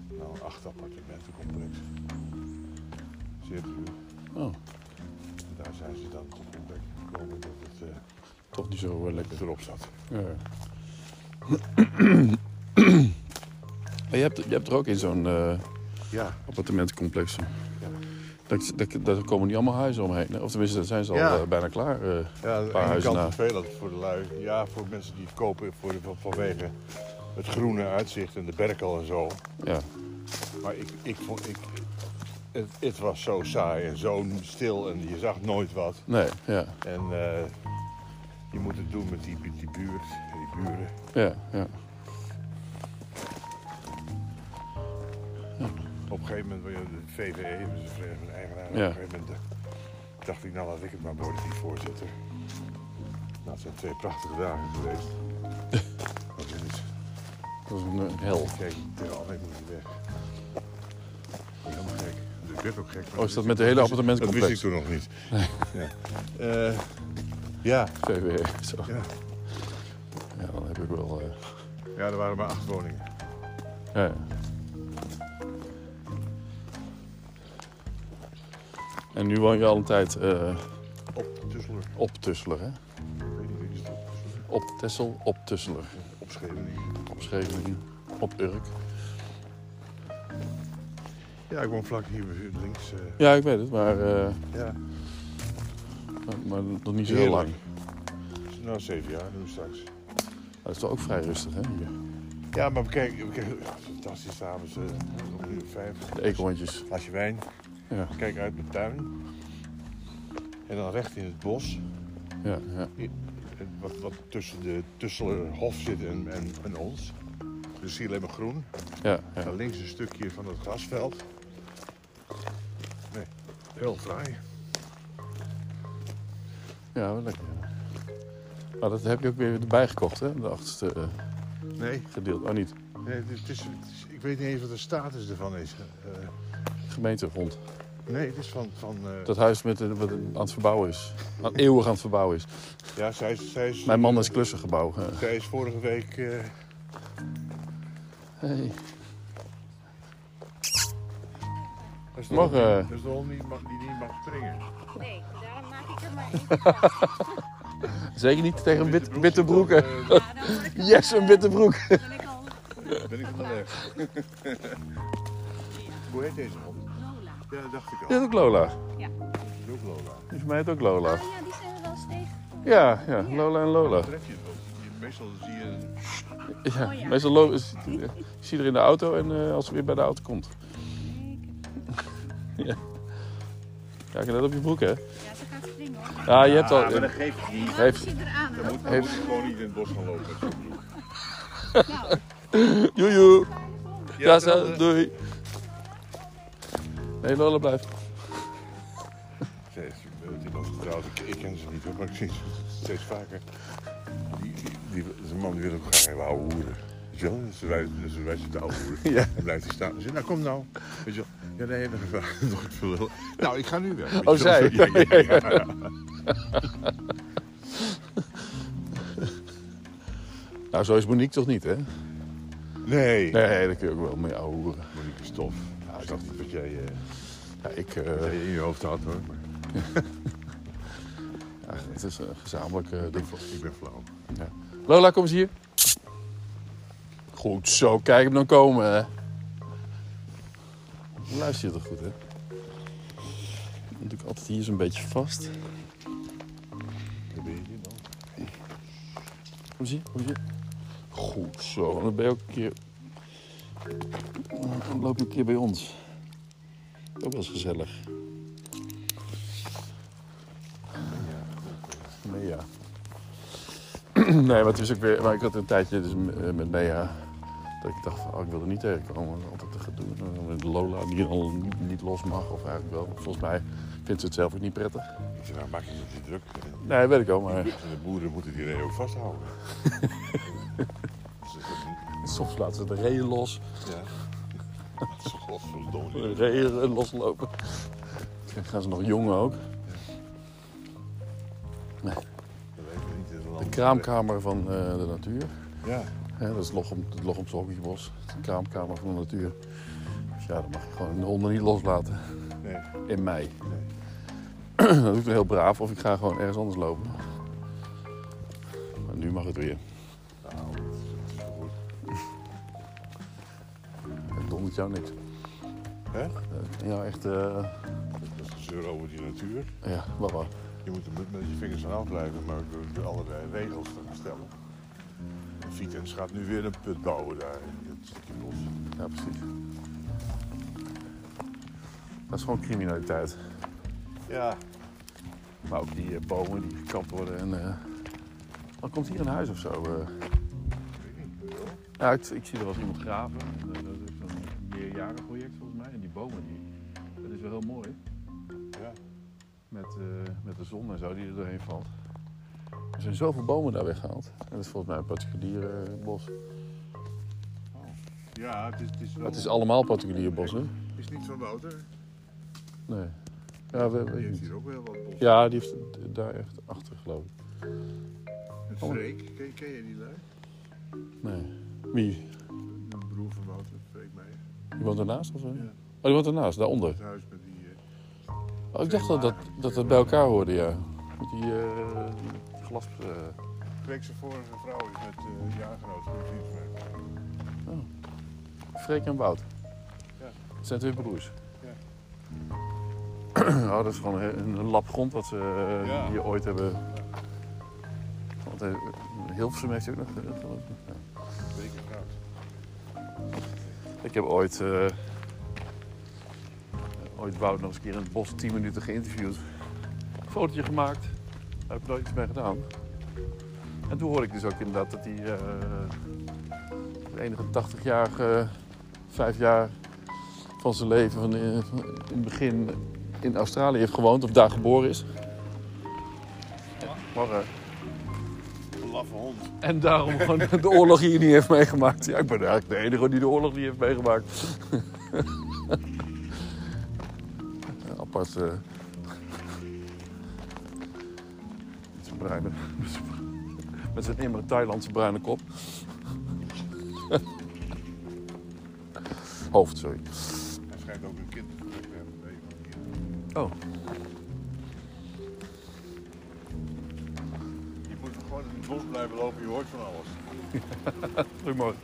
[SPEAKER 5] nou, acht appartementencomplex. Zeer duur.
[SPEAKER 1] Oh,
[SPEAKER 5] En daar zijn ze dan tot ontdekking gekomen dat het eh,
[SPEAKER 1] toch niet zo eh, lekker.
[SPEAKER 5] erop zat.
[SPEAKER 1] Ja. Maar je hebt, je hebt er ook in zo'n eh,
[SPEAKER 5] Ja,
[SPEAKER 1] appartementencomplex. Dat, dat, daar komen niet allemaal huizen omheen. hè? Of tenminste, daar zijn ze al
[SPEAKER 5] Ja.
[SPEAKER 1] eh, bijna klaar. eh.
[SPEAKER 5] ja aan de
[SPEAKER 1] Paar
[SPEAKER 5] ene
[SPEAKER 1] huizen
[SPEAKER 5] kant
[SPEAKER 1] na.
[SPEAKER 5] vervelend voor de lui. Ja, voor mensen die het kopen voor de, vanwege het groene uitzicht en de berkel en zo.
[SPEAKER 1] ja.
[SPEAKER 5] Maar ik, ik vond... Ik, het, het was zo saai en zo stil en je zag nooit wat.
[SPEAKER 1] Nee, ja.
[SPEAKER 5] En eh, je moet het doen met die, die buurt, die buren.
[SPEAKER 1] Ja, ja.
[SPEAKER 5] Op een gegeven moment, wil je de VVE, dus de Vereniging van de Eigenaren,
[SPEAKER 1] Ja.
[SPEAKER 5] op een gegeven moment eh, dacht ik, nou laat ik het maar worden, die voorzitter. Nou, het zijn twee prachtige dagen geweest. Wat is het?
[SPEAKER 1] Dat is een eh, hel.
[SPEAKER 5] Kijk, de al ik moet hier weg. Helemaal gek. Dus Ik werd ook gek. maar
[SPEAKER 1] Oh, is dat met de hele
[SPEAKER 5] wist ik-
[SPEAKER 1] appartementencomplex?
[SPEAKER 5] Dat wist ik toen nog niet. Ja. Eh, ja.
[SPEAKER 1] VW. Zo.
[SPEAKER 5] Ja.
[SPEAKER 1] Ja, dan heb ik wel... eh,
[SPEAKER 5] ja, er waren maar acht woningen.
[SPEAKER 1] ja, ja. En nu woon je al een tijd eh,
[SPEAKER 5] Op Tusseler.
[SPEAKER 1] op Tusseler, hè?
[SPEAKER 5] Ik weet niet wie is dat. Tusseler.
[SPEAKER 1] Op Tessel, op Tusseler.
[SPEAKER 5] Op Scheveningen.
[SPEAKER 1] Op Scheveningen, op Urk.
[SPEAKER 5] Ja, ik woon vlak hier links. eh,
[SPEAKER 1] Ja, ik weet het, maar, eh,
[SPEAKER 5] ja.
[SPEAKER 1] maar nog niet zo heel lang.
[SPEAKER 5] Nou, zeven jaar nu straks.
[SPEAKER 1] Dat is toch ook vrij rustig, hè? hier?
[SPEAKER 5] Ja, maar kijk, fantastisch s'avonds eh, om een uur of vijf.
[SPEAKER 1] De eekhoorntjes.
[SPEAKER 5] Glaasje wijn.
[SPEAKER 1] Ja.
[SPEAKER 5] Kijk uit de tuin. En dan recht in het bos.
[SPEAKER 1] Ja, ja.
[SPEAKER 5] eh, Wat, wat tussen, de, tussen het hof zit en, en, en ons. Dus hier alleen maar groen.
[SPEAKER 1] ja, ja.
[SPEAKER 5] En links een stukje van het grasveld. Nee, heel fraai.
[SPEAKER 1] Ja, wel lekker. ja. Maar dat heb je ook weer erbij gekocht, hè? De achterste eh,
[SPEAKER 5] Nee,
[SPEAKER 1] gedeelte. Oh, niet.
[SPEAKER 5] nee het is, het is- ik weet niet eens wat de status ervan is. Eh,
[SPEAKER 1] Gemeentegrond.
[SPEAKER 5] nee, het is van... van eh,
[SPEAKER 1] Dat huis met, eh, wat aan het verbouwen is. Aan, eeuwig aan het verbouwen is.
[SPEAKER 5] Ja, zij is, zij is,
[SPEAKER 1] Mijn man is klussengebouw. eh.
[SPEAKER 5] zij is vorige week... eh,
[SPEAKER 1] Hey.
[SPEAKER 5] Dat is de
[SPEAKER 1] Morgen.
[SPEAKER 5] hond die- Dat is de hond die, mag- die niet mag springen.
[SPEAKER 6] Nee, daarom maak ik er maar één van.
[SPEAKER 1] Zeker niet tegen een wit,
[SPEAKER 5] broek
[SPEAKER 1] witte
[SPEAKER 5] zit al,
[SPEAKER 1] broeken.
[SPEAKER 5] eh,
[SPEAKER 6] Ja, dan word ik al-
[SPEAKER 1] Yes, een witte broek.
[SPEAKER 6] Dan ben ik al
[SPEAKER 5] ben ik van de weg. Hoe heet deze hond?
[SPEAKER 6] Lola.
[SPEAKER 5] Ja, dat dacht ik al.
[SPEAKER 1] Dit is ook Lola.
[SPEAKER 5] Dat is ook Lola.
[SPEAKER 1] Die is voor mij heet ook Lola.
[SPEAKER 6] Oh ja, die zijn er wel steeds.
[SPEAKER 1] Ja, ja, Lola en Lola.
[SPEAKER 5] Tref je het wel? Je- Meestal zie je...
[SPEAKER 1] Ja,
[SPEAKER 6] Oh ja.
[SPEAKER 1] meestal lo- is- ik zie je er in de auto en eh, als ze weer bij de auto komt. Ja. Kijk je dat op je broek, hè?
[SPEAKER 6] Ja, ze gaat springen hoor.
[SPEAKER 1] Ah, je hebt al...
[SPEAKER 5] maar dat geeft het niet.
[SPEAKER 6] Maar
[SPEAKER 1] Heeft-
[SPEAKER 6] Heeft... zit eraan. hè?
[SPEAKER 5] Dan
[SPEAKER 1] Heeft-
[SPEAKER 5] moet je gewoon niet in het bos gaan lopen. met zo'n broek.
[SPEAKER 1] Joejoe. Ja,
[SPEAKER 5] hetzelfde.
[SPEAKER 1] zo, doei. Nee, Lola blijft.
[SPEAKER 5] Ze is- eh, die was getrouwd. Ik, ik ken ze niet, hoor, maar ik zie ze steeds vaker. Die, die, die, die man die wil ook graag even oude hoeren. Weet je wel? Ze wijzen ze wijzen de oude hoeren.
[SPEAKER 1] Ja.
[SPEAKER 5] Dan blijft hij staan. Ze zegt, nou kom nou. Weet je wel? Ja, nee, nog even. Nog even lullen. Nou, ik ga nu weg. Weet
[SPEAKER 1] Oh,
[SPEAKER 5] je wel?
[SPEAKER 1] zij.
[SPEAKER 5] Ja, ja, ja.
[SPEAKER 1] Nou, zo is Monique toch niet, hè?
[SPEAKER 5] Nee.
[SPEAKER 1] Nee, dat kun je ook wel mee ouwe hoeren.
[SPEAKER 5] Monique is tof. ik dacht niet wat jij, eh,
[SPEAKER 1] Ja, ik...
[SPEAKER 5] wat
[SPEAKER 1] eh,
[SPEAKER 5] jij in je hoofd had hoor. Maar
[SPEAKER 1] ja, het is een gezamenlijk eh, ding.
[SPEAKER 5] ik ben flauw.
[SPEAKER 1] Lola, kom eens hier. Goed zo, kijk hem dan komen. Hè. Dan Luister je toch goed, hè? Dan doe ik altijd hier zo'n beetje vast.
[SPEAKER 5] Daar ben je die man.
[SPEAKER 1] Kom eens hier, kom eens hier. Goed zo, en dan ben je ook een keer... Dan loop je een keer bij ons. Ook wel eens gezellig. Nee, ja. Nee, maar het is ook weer... Maar ik had een tijdje dus m- eh, met Nea... Dat ik dacht, van, oh, ik wil er niet Eh, tegenkomen. Dat is Altijd te gedoe. En dan Met Lola, die dan niet los mag. Of eigenlijk wel. Volgens mij... Ik vindt ze het zelf ook niet prettig.
[SPEAKER 5] Ik zei, nou maak je niet te druk. En
[SPEAKER 1] Nee, weet ik wel, maar
[SPEAKER 5] de boeren moeten die ree ook vasthouden. Dus dat is niet-
[SPEAKER 1] soms laten ze de reeën los.
[SPEAKER 5] ja. Dat is godverdomme.
[SPEAKER 1] De reeën loslopen. Dan gaan ze nog jong ook.
[SPEAKER 5] Dat weten we niet in het land.
[SPEAKER 1] De kraamkamer van eh, de natuur.
[SPEAKER 5] Ja.
[SPEAKER 1] Hè, dat is het Lochem- het Lochemse hockeybos. De kraamkamer van de natuur. Dus ja, dan mag je gewoon de honden niet loslaten.
[SPEAKER 5] Nee.
[SPEAKER 1] In mei. dat doe ik dan heel braaf. Of ik ga gewoon ergens anders lopen. Maar nu mag het weer.
[SPEAKER 5] Nou, dat is- dat is wel goed.
[SPEAKER 1] Het dondert jou niks.
[SPEAKER 5] Hè?
[SPEAKER 1] Eh, Ja, echt... eh,
[SPEAKER 5] Dat is de zeur over die natuur.
[SPEAKER 1] ja, baba.
[SPEAKER 5] Je moet er met met je vingers aan afblijven, maar door, door allerlei regels te gaan stellen. Vitens gaat nu weer een put bouwen daar in dat stukje bos.
[SPEAKER 1] Ja, precies. Dat is gewoon criminaliteit.
[SPEAKER 5] Ja,
[SPEAKER 1] Maar ook die eh, bomen die gekapt worden. En, eh, dan komt hier een huis of zo. eh. Ja, ik, ik zie er wel eens iemand graven. Eh, Dat is een meerjarenproject volgens mij. En die bomen, die, dat is wel heel mooi.
[SPEAKER 5] Ja.
[SPEAKER 1] Met, eh, met de zon en zo die er doorheen valt. Er zijn zoveel bomen daar weggehaald. En dat is volgens mij een particulier eh, bos.
[SPEAKER 5] ja het, is, het is wel...
[SPEAKER 1] Maar het is allemaal particulier bos, hè?
[SPEAKER 5] het is niet van Wouter.
[SPEAKER 1] Nee. Ja, we,
[SPEAKER 5] Die
[SPEAKER 1] weet ik
[SPEAKER 5] heeft
[SPEAKER 1] niet.
[SPEAKER 5] hier ook wel wat bos.
[SPEAKER 1] Ja, die heeft het daar echt achter, geloof ik.
[SPEAKER 5] Met Freek, ken, ken je die lui?
[SPEAKER 1] Nee. Wie?
[SPEAKER 5] De broer van Wouter, Freek Meijer.
[SPEAKER 1] Die woont daarnaast of zo?
[SPEAKER 5] Ja.
[SPEAKER 1] Oh, die woont daarnaast, daaronder.
[SPEAKER 5] Het huis met die... eh,
[SPEAKER 1] Oh, ik dacht dat dat, dat dat bij elkaar hoorde, ja. Met die eh, glas... eh,
[SPEAKER 5] Freek zijn vorige vrouw is met eh, die jaargenoot. goede vriend van mij.
[SPEAKER 1] Freek en Wout.
[SPEAKER 5] Ja.
[SPEAKER 1] Het zijn twee broers. Ja. Oh, dat is gewoon een, een lap grond wat ze eh,
[SPEAKER 5] Ja.
[SPEAKER 1] hier ooit hebben... Want eh, Hilversum heeft ook nog... eh, geloof ik. Ja.
[SPEAKER 5] Zeker goud.
[SPEAKER 1] Ik heb ooit, eh, ooit Wout nog eens een keer in het bos 10 minuten geïnterviewd. Een fotootje gemaakt. Daar heb ik nooit iets mee gedaan. En toen hoorde ik dus ook inderdaad dat hij eh, de enige 80-jarige, vijf jaar van zijn leven van, eh, van- in het begin in Australië heeft gewoond of daar geboren is. Maar, eh,
[SPEAKER 5] Laffe hond.
[SPEAKER 1] en daarom gewoon de oorlog hier niet heeft meegemaakt. Ja, ik ben eigenlijk de enige die de oorlog niet heeft meegemaakt. Een Apart. eh met zijn bruine. Met zijn immer Thailandse bruine kop. Hoofd, sorry.
[SPEAKER 5] Hij schijnt ook een kind te hebben. weet je wel, hier.
[SPEAKER 1] Oh.
[SPEAKER 5] Je moet gewoon in het bos blijven lopen, je hoort van alles.
[SPEAKER 1] Goedemorgen.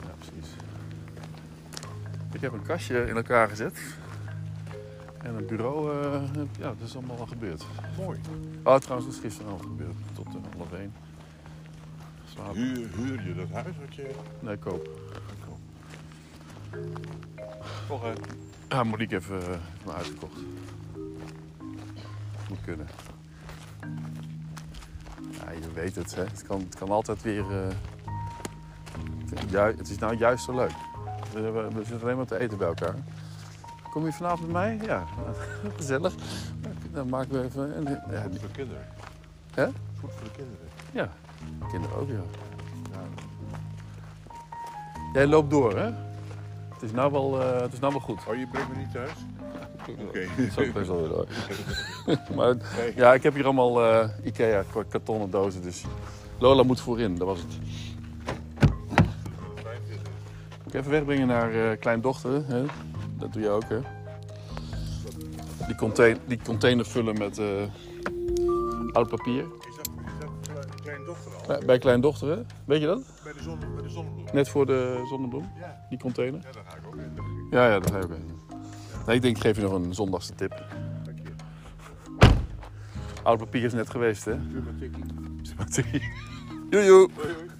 [SPEAKER 1] Ja, precies. Ik heb een kastje in elkaar gezet. En een bureau, eh, ja, dat is allemaal al gebeurd.
[SPEAKER 5] Mooi.
[SPEAKER 1] Oh, trouwens, dat is gisteren al gebeurd. Tot eh, half één. Slapen.
[SPEAKER 5] Huur, huur je dat huis wat je...
[SPEAKER 1] Nee, koop. Toch, hè? Ja, Monique even eh, heeft me uitgekocht. Moet kunnen. Ja, je weet het, hè. Het kan, het kan altijd weer... eh, ik vind het ju- het is nou juist zo leuk. We, hebben- we zitten alleen maar te eten bij elkaar. Kom je vanavond met mij? Ja, gezellig. Dan maken we even... Een, ja,
[SPEAKER 5] Goed voor de kinderen.
[SPEAKER 1] Hè?
[SPEAKER 5] Goed voor de kinderen.
[SPEAKER 1] ja, kinderen ook, ja. Jij loopt door, hè? Het is nou wel, eh, het is nou wel goed.
[SPEAKER 5] Oh, je brengt me niet thuis? Oké.
[SPEAKER 1] Dat is ook best wel weer door. maar
[SPEAKER 5] Nee.
[SPEAKER 1] ja, ik heb hier allemaal eh, Ikea k- kartonnen dozen, dus Lola moet voorin, dat was het. Moet ik even wegbrengen naar eh, kleindochter, hè? dat doe je ook hè. Die, contain- die container vullen met eh, oud papier.
[SPEAKER 5] Is dat, is dat eh, kleindochter al?
[SPEAKER 1] Bij, bij kleindochter hè, weet je dat?
[SPEAKER 5] Bij de, zon, bij de zonnebloem?
[SPEAKER 1] Net voor de zonnebloem,
[SPEAKER 5] Ja.
[SPEAKER 1] die container.
[SPEAKER 5] Ja, daar ga ik ook in.
[SPEAKER 1] Ja, ja, dat ga je ook heen. Nee, ik denk, ik geef je nog een zondagse tip.
[SPEAKER 5] Dank je.
[SPEAKER 1] Oud papier is net geweest hè.
[SPEAKER 5] Stuur maar tikkie.
[SPEAKER 1] Joe, joe.
[SPEAKER 5] Hoi, hoi.